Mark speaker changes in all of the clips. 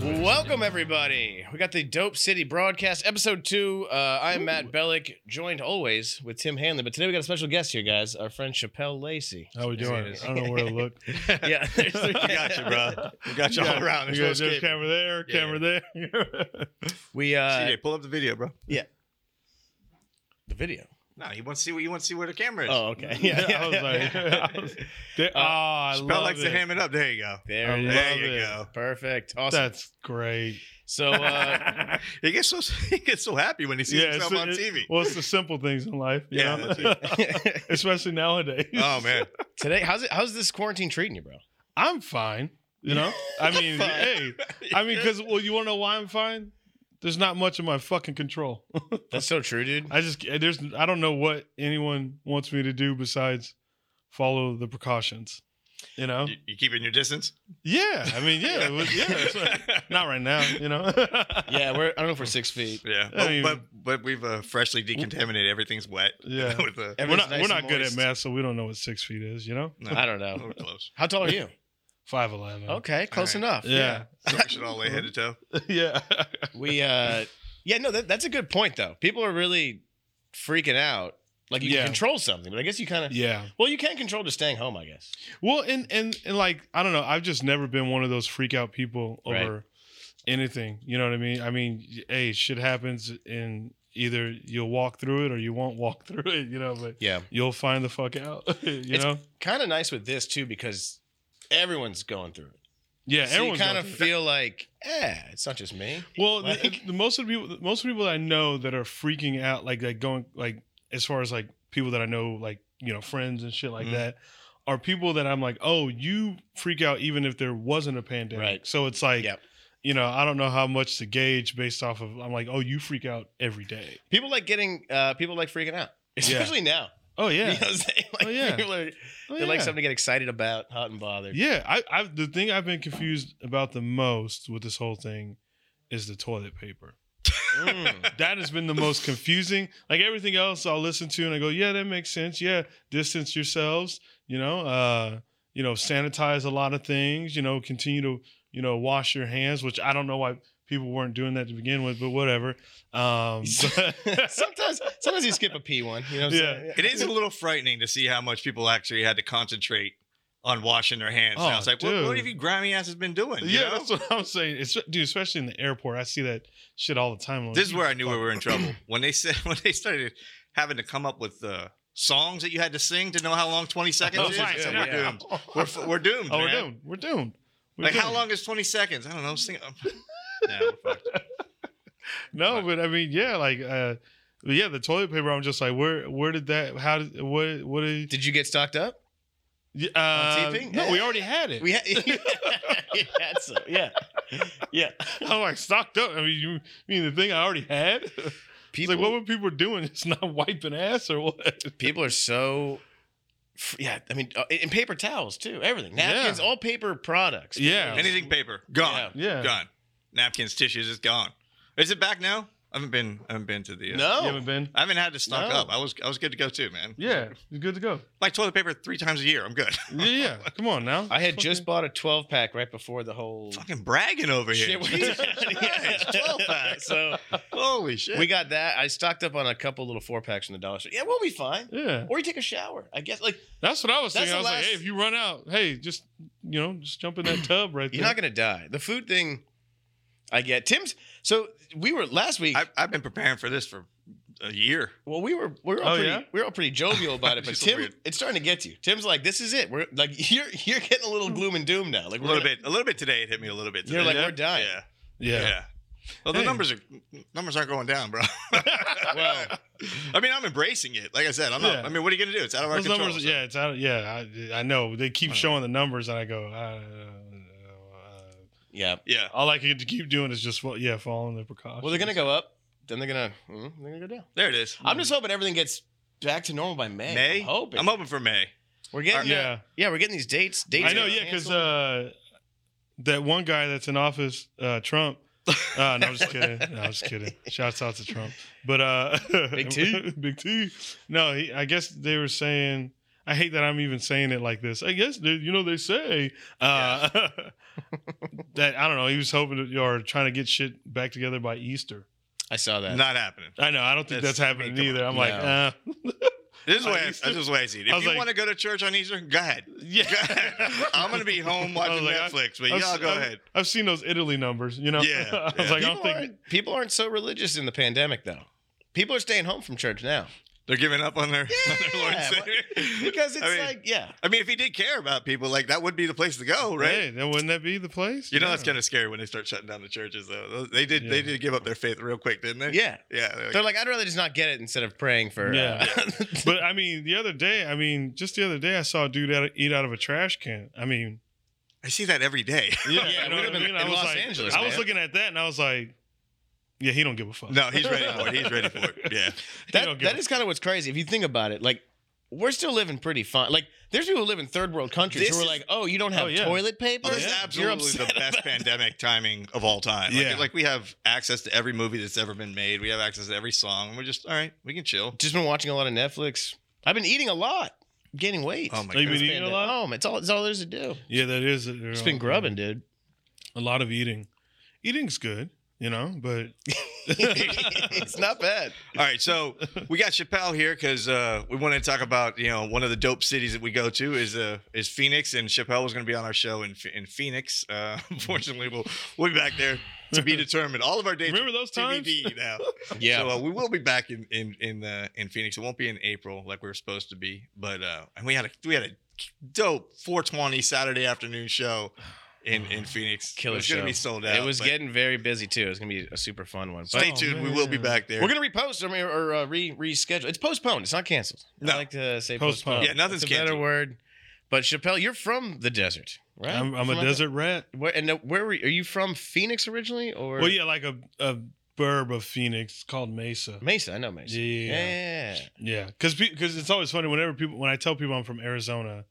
Speaker 1: Welcome, everybody. We got the Dope City broadcast, episode two. Uh, I'm Matt Bellick, joined always with Tim Hanley. But today we got a special guest here, guys. Our friend Chappelle Lacey.
Speaker 2: How we doing? I don't know where to look.
Speaker 1: yeah,
Speaker 3: we got you, bro. We got you all around. There's
Speaker 2: You
Speaker 3: no
Speaker 2: guys- there's
Speaker 3: escape.
Speaker 2: camera there,
Speaker 3: Yeah,
Speaker 2: camera there.
Speaker 1: We uh,
Speaker 3: CJ, pull up the video, bro.
Speaker 1: the video.
Speaker 3: No, you want to see what you want to see where the camera is.
Speaker 1: Oh, okay. Yeah,
Speaker 2: I was like, I was, there, oh, I
Speaker 3: Uh, Spell
Speaker 2: love
Speaker 3: likes
Speaker 2: it.
Speaker 3: to ham it up. There you go.
Speaker 1: there
Speaker 2: I
Speaker 1: it is.
Speaker 3: There
Speaker 2: love
Speaker 3: you
Speaker 2: it.
Speaker 3: go.
Speaker 1: Perfect. Awesome.
Speaker 2: That's great.
Speaker 1: So uh,
Speaker 3: He gets so he gets so happy when he sees
Speaker 2: Yeah,
Speaker 3: himself
Speaker 2: it's-
Speaker 3: on
Speaker 2: it-
Speaker 3: TV.
Speaker 2: Well, it's the simple things in life. you
Speaker 3: Yeah,
Speaker 2: know?
Speaker 3: that's
Speaker 2: especially nowadays.
Speaker 3: oh man,
Speaker 1: today, how's it? How's this quarantine treating you, bro?
Speaker 2: I'm fine. You know, I mean,
Speaker 1: Fine.
Speaker 2: hey, I mean, because well, you want to know why I'm fine? There's not much in my fucking control.
Speaker 1: That's so true, dude.
Speaker 2: I just there's I don't know what anyone wants me to do besides follow the precautions. You know?
Speaker 3: you, you keeping your distance?
Speaker 2: Yeah, I mean, yeah, it was- yeah. it's like- not right now, you know.
Speaker 1: Yeah, we're. I don't know if we're six feet.
Speaker 3: Yeah,
Speaker 2: I mean-
Speaker 3: but, but but we've uh, freshly decontaminated. Everything's wet.
Speaker 2: Yeah.
Speaker 3: with uh,
Speaker 2: we're
Speaker 1: Everything's nice
Speaker 2: not we're
Speaker 1: and
Speaker 2: not good at
Speaker 1: moist.
Speaker 2: math, so we don't know what six feet is. You know,
Speaker 3: no,
Speaker 1: I don't know.
Speaker 3: we're close.
Speaker 1: How tall are you?
Speaker 2: five eleven.
Speaker 1: Okay, close
Speaker 3: right.
Speaker 1: enough.
Speaker 2: Yeah,
Speaker 3: So we should all lay head to toe.
Speaker 2: yeah.
Speaker 1: we uh yeah no that, that's a good point though people are really freaking out like you
Speaker 2: Yeah.
Speaker 1: can control something but i guess you kind of
Speaker 2: yeah.
Speaker 1: well you can control just staying home i guess
Speaker 2: Well, and and and like I don't know, I've just never been one of those freak out people
Speaker 1: Right.
Speaker 2: over anything. You know what I mean? I mean, y- hey, shit happens, and either you'll walk through it or you won't walk through it. You know, but
Speaker 1: yeah
Speaker 2: you'll find the fuck out. you
Speaker 1: It's-
Speaker 2: know?
Speaker 1: kind of nice with this too because everyone's going through it
Speaker 2: Yeah,
Speaker 1: so you
Speaker 2: everyone's
Speaker 1: kind
Speaker 2: gonna-
Speaker 1: of feel like eh it's not just me
Speaker 2: Well, the-
Speaker 1: Like-
Speaker 2: the, most of the people, most of the people that I know that are freaking out, like like going like as far as like people that I know, like you know friends and shit like
Speaker 1: Mm-hmm.
Speaker 3: Mhm.
Speaker 2: that, are people that I'm like, oh, you freak out even if there wasn't a pandemic.
Speaker 1: Right.
Speaker 2: So it's like,
Speaker 1: Yep.
Speaker 2: you know, I don't know how much to gauge based off of. I'm like, oh, you freak out every day.
Speaker 1: people like getting uh people like freaking out especially now
Speaker 2: Oh yeah,
Speaker 1: you know what I'm saying? Like,
Speaker 2: Oh, yeah.
Speaker 1: people are,
Speaker 2: oh,
Speaker 1: they like
Speaker 2: yeah.
Speaker 1: something to get excited about hot and bothered
Speaker 2: Yeah, I, I the thing I've been confused about the most with this whole thing is the toilet paper.
Speaker 1: Mm.
Speaker 2: that has been the most confusing. Like everything else, I'll listen to and I go, yeah, that makes sense. Yeah, distance yourselves. You know, uh, you know, sanitize a lot of things. You know, continue to you know wash your hands, which I don't know why people weren't doing that to begin with, but whatever. Um, but-
Speaker 1: sometimes sometimes you skip a p one you know what I'm
Speaker 2: Yeah.
Speaker 1: saying?
Speaker 3: It is a little frightening to see how much people actually had to concentrate on washing their hands. And I
Speaker 2: Oh,
Speaker 3: was like, what, what
Speaker 2: dude.
Speaker 3: have you grimy asses been doing? you
Speaker 2: yeah,
Speaker 3: know?
Speaker 2: that's what I'm saying. It's, dude, especially in the airport, I see that shit all the time. I'm like,
Speaker 3: This is where I knew we were in trouble when they said when they started having to come up with uh, songs that you had to sing to know how long twenty seconds
Speaker 2: Oh,
Speaker 3: is.
Speaker 2: right,
Speaker 3: I said,
Speaker 1: yeah,
Speaker 3: we're
Speaker 1: yeah.
Speaker 3: doomed. We're, f- we're doomed.
Speaker 2: Oh, we're
Speaker 3: man.
Speaker 2: doomed. We're doomed. We're
Speaker 3: Like how
Speaker 2: doomed.
Speaker 3: long is twenty seconds? I don't know. Sing. yeah, we're fucked.
Speaker 2: No,
Speaker 3: But-
Speaker 2: but I mean, yeah, like, uh, but yeah, the toilet paper. I'm just like, where, where did that? How did what? What did?
Speaker 1: did you get stocked up
Speaker 2: y- Uh,
Speaker 1: TV?
Speaker 2: no, we already had it.
Speaker 1: We had, had some, yeah, yeah.
Speaker 2: I'm like stocked up. I mean, you you mean the thing I already had? It's
Speaker 1: People,
Speaker 2: like, what were people doing? It's not wiping ass or what?
Speaker 1: people are so, yeah. I mean, uh, and paper towels too. Everything, napkins,
Speaker 2: Yeah.
Speaker 1: all paper products.
Speaker 2: Yeah.
Speaker 3: Anything paper gone,
Speaker 2: Yeah,
Speaker 3: gone. Napkins, tissues, it's gone. Is it back now? I haven't been. I haven't been to the. Uh,
Speaker 2: you
Speaker 1: No,
Speaker 2: haven't been.
Speaker 3: I haven't had to stock
Speaker 1: No.
Speaker 3: up. I was. I was good to go too, man.
Speaker 2: Yeah, you're good to go.
Speaker 3: Like toilet paper three times a year. I'm good.
Speaker 2: Yeah, yeah. Come on now.
Speaker 1: I had just bought a 12 pack right before the whole
Speaker 3: Fucking bragging over here.
Speaker 1: shit. went
Speaker 3: Jesus
Speaker 1: down. Yeah.
Speaker 3: Christ, 12 packs.
Speaker 1: So
Speaker 3: Holy shit.
Speaker 1: we got that. I stocked up on a couple little four packs from the dollar store. Yeah, we'll be fine.
Speaker 2: Yeah,
Speaker 1: Or you take a shower, I guess. Like
Speaker 2: that's what I was
Speaker 1: That's
Speaker 2: thinking. I
Speaker 1: the
Speaker 2: was like,
Speaker 1: last-
Speaker 2: hey, if you run out, hey, just you know, just jump in that tub right there.
Speaker 1: you're not gonna die. The food thing, I get. Tim's. So we were last week.
Speaker 3: I've, I've been preparing for this for a year.
Speaker 1: Well, we were we were all
Speaker 2: Oh,
Speaker 1: pretty
Speaker 2: yeah?
Speaker 1: we were all pretty jovial about it, but
Speaker 3: Just
Speaker 1: Tim,
Speaker 3: weird.
Speaker 1: it's starting to get to you. Tim's like, this is it. We're like, you're you're getting a little gloom and doom now. Like
Speaker 3: A little bit, a little bit today. It hit me a little bit. Today.
Speaker 1: You're like,
Speaker 2: Yeah.
Speaker 1: we're dying.
Speaker 3: yeah, yeah.
Speaker 2: yeah.
Speaker 3: Well, the
Speaker 2: Hey.
Speaker 3: numbers are numbers aren't going down, bro.
Speaker 1: Well,
Speaker 3: I mean, I'm embracing it. Like I said, I'm not.
Speaker 2: Yeah.
Speaker 3: I mean, what are you gonna do? It's out of our
Speaker 2: Those
Speaker 3: control.
Speaker 2: numbers,
Speaker 3: so-
Speaker 2: yeah, it's out. Yeah, I, I know they keep
Speaker 3: Whatever.
Speaker 2: showing the numbers, and I go, I don't know. uh,
Speaker 1: yeah.
Speaker 3: yeah.
Speaker 2: all I can keep doing is just, fo- yeah, following the precautions.
Speaker 1: Well, they're gonna go up. Then they're gonna mm, they're gonna go down.
Speaker 3: There it is.
Speaker 1: I'm
Speaker 2: Hmm.
Speaker 1: just hoping everything gets back to normal by May.
Speaker 3: May.
Speaker 1: I'm hoping.
Speaker 3: I'm hoping for May.
Speaker 1: we're getting yeah.
Speaker 2: uh, Yeah,
Speaker 1: yeah, we're getting these dates. Dates.
Speaker 2: I know.
Speaker 1: are
Speaker 2: Yeah, because
Speaker 1: canceled.
Speaker 2: uh, that one guy that's in office, uh, Trump. Uh, no, I'm just kidding. No, I'm just kidding. Shouts out to Trump. But uh,
Speaker 1: Big T?
Speaker 2: Big T. No, he, I guess they were saying I hate that I'm even saying it like this. I guess they, you know they say uh, that I don't know. He was hoping to, or trying to get shit back together by Easter.
Speaker 1: I saw that.
Speaker 3: Not happening.
Speaker 2: I know. I don't think that's,
Speaker 3: That's-
Speaker 2: happening
Speaker 3: I mean,
Speaker 2: either. I'm
Speaker 1: come
Speaker 2: like,
Speaker 1: on.
Speaker 2: uh,
Speaker 3: This is the
Speaker 2: On
Speaker 3: way I,
Speaker 2: Easter?
Speaker 3: this is the way I see it.
Speaker 2: I
Speaker 3: If
Speaker 2: was
Speaker 3: you
Speaker 2: like-
Speaker 3: want to go to church on Easter, go ahead.
Speaker 2: yeah.
Speaker 3: Go ahead. I'm gonna be home
Speaker 2: I was
Speaker 3: watching
Speaker 2: like, I-
Speaker 3: Netflix, but
Speaker 2: I was-
Speaker 3: y'all go
Speaker 2: I-
Speaker 3: ahead.
Speaker 2: I've seen those Italy numbers. You know.
Speaker 3: Yeah,
Speaker 2: I was like,
Speaker 3: yeah.
Speaker 2: I
Speaker 1: people,
Speaker 2: don't think.
Speaker 1: aren't, people aren't so religious in the pandemic though. People are staying home from church now
Speaker 3: They're giving up on their, on their Lord and
Speaker 1: Yeah,
Speaker 3: Savior.
Speaker 1: because it's
Speaker 3: I mean,
Speaker 1: like, yeah,
Speaker 3: I mean, if he did care about people, like that would be the place to go, right?
Speaker 2: Hey, then wouldn't that be the place?
Speaker 3: You know, that's
Speaker 2: Yeah.
Speaker 3: kind of scary when they start shutting down the churches, though. They did, they
Speaker 2: Yeah.
Speaker 3: did give up their faith real quick, didn't they?
Speaker 1: yeah.
Speaker 3: yeah. they're like,
Speaker 1: They're like, I'd rather just not get it instead of praying for.
Speaker 2: Yeah.
Speaker 1: uh,
Speaker 2: But I mean, the other day, I mean, just the other day, I saw a dude out eat out of a trash can. I mean,
Speaker 3: I see that every day.
Speaker 1: Yeah, it would've been in
Speaker 2: I was
Speaker 1: Los
Speaker 2: like,
Speaker 1: Angeles,
Speaker 2: I was
Speaker 1: man.
Speaker 2: looking at that and I was like, yeah, he don't give a fuck.
Speaker 3: No, he's ready for it. He's ready for it. Yeah.
Speaker 2: don't
Speaker 1: that,
Speaker 2: give
Speaker 1: that
Speaker 2: a-
Speaker 1: is kind of what's crazy if you think about it. Like, we're still living pretty fine. Like, there's people who live in third world countries
Speaker 3: This
Speaker 1: who are
Speaker 3: is-
Speaker 1: like, "Oh, you don't have
Speaker 2: Oh, yeah.
Speaker 1: toilet paper?
Speaker 3: Well, this is
Speaker 1: You're
Speaker 3: absolutely
Speaker 1: upset
Speaker 3: the best
Speaker 1: about that."
Speaker 3: pandemic timing of all time. Like,
Speaker 2: Yeah.
Speaker 3: like we have access to every movie that's ever been made. We have access to every song. and We're just all right. We can chill.
Speaker 1: Just been watching a lot of Netflix. I've been eating a lot, gaining weight.
Speaker 3: Oh my
Speaker 2: Like,
Speaker 3: god.
Speaker 2: we
Speaker 1: This
Speaker 2: been eating a lot?
Speaker 1: pandemic. Oh, It's all. It's all there's to do.
Speaker 2: Yeah, that is. it
Speaker 1: Just been grubbing, dude.
Speaker 2: A lot of eating. Eating's good, you know, but
Speaker 1: it's not bad.
Speaker 3: All right, so we got Chappelle here because uh, we wanted to talk about you know one of the dope cities that we go to is uh, is Phoenix, and Chappelle was going to be on our show in Ph- in Phoenix. Uh, unfortunately, we'll we'll be back there to be determined. All of our dates
Speaker 2: remember those
Speaker 3: are
Speaker 2: times?
Speaker 3: TBD now.
Speaker 1: Yeah.
Speaker 3: So uh, we will be back in in in, uh, in Phoenix. It won't be in April like we were supposed to be, but uh, and we had a we had a dope 420 Saturday afternoon show in in Phoenix.
Speaker 1: Killer
Speaker 3: it was going
Speaker 1: show.
Speaker 3: to be sold out.
Speaker 1: it was
Speaker 3: but
Speaker 1: getting very busy too. It's gonna be a super fun one. But
Speaker 3: Stay
Speaker 2: Oh,
Speaker 3: tuned. we will be
Speaker 2: man.
Speaker 3: back there.
Speaker 1: we're gonna repost. I mean, or uh, re reschedule. It's postponed. It's not canceled.
Speaker 3: No.
Speaker 1: I like to say
Speaker 2: Postponed.
Speaker 1: postponed.
Speaker 3: Yeah, nothing's
Speaker 1: That's a better
Speaker 3: canceled.
Speaker 1: word. But Chappelle, you're from the desert, right?
Speaker 2: I'm, I'm
Speaker 1: From
Speaker 2: a
Speaker 1: out
Speaker 2: desert rat.
Speaker 1: there. Where, and uh, where were you, are you from? Phoenix originally, or
Speaker 2: Well, yeah, like a, a burb of Phoenix called Mesa.
Speaker 1: Mesa? I know Mesa.
Speaker 2: Yeah.
Speaker 1: Yeah.
Speaker 2: Yeah, because because it's always funny whenever people when I tell people I'm from Arizona,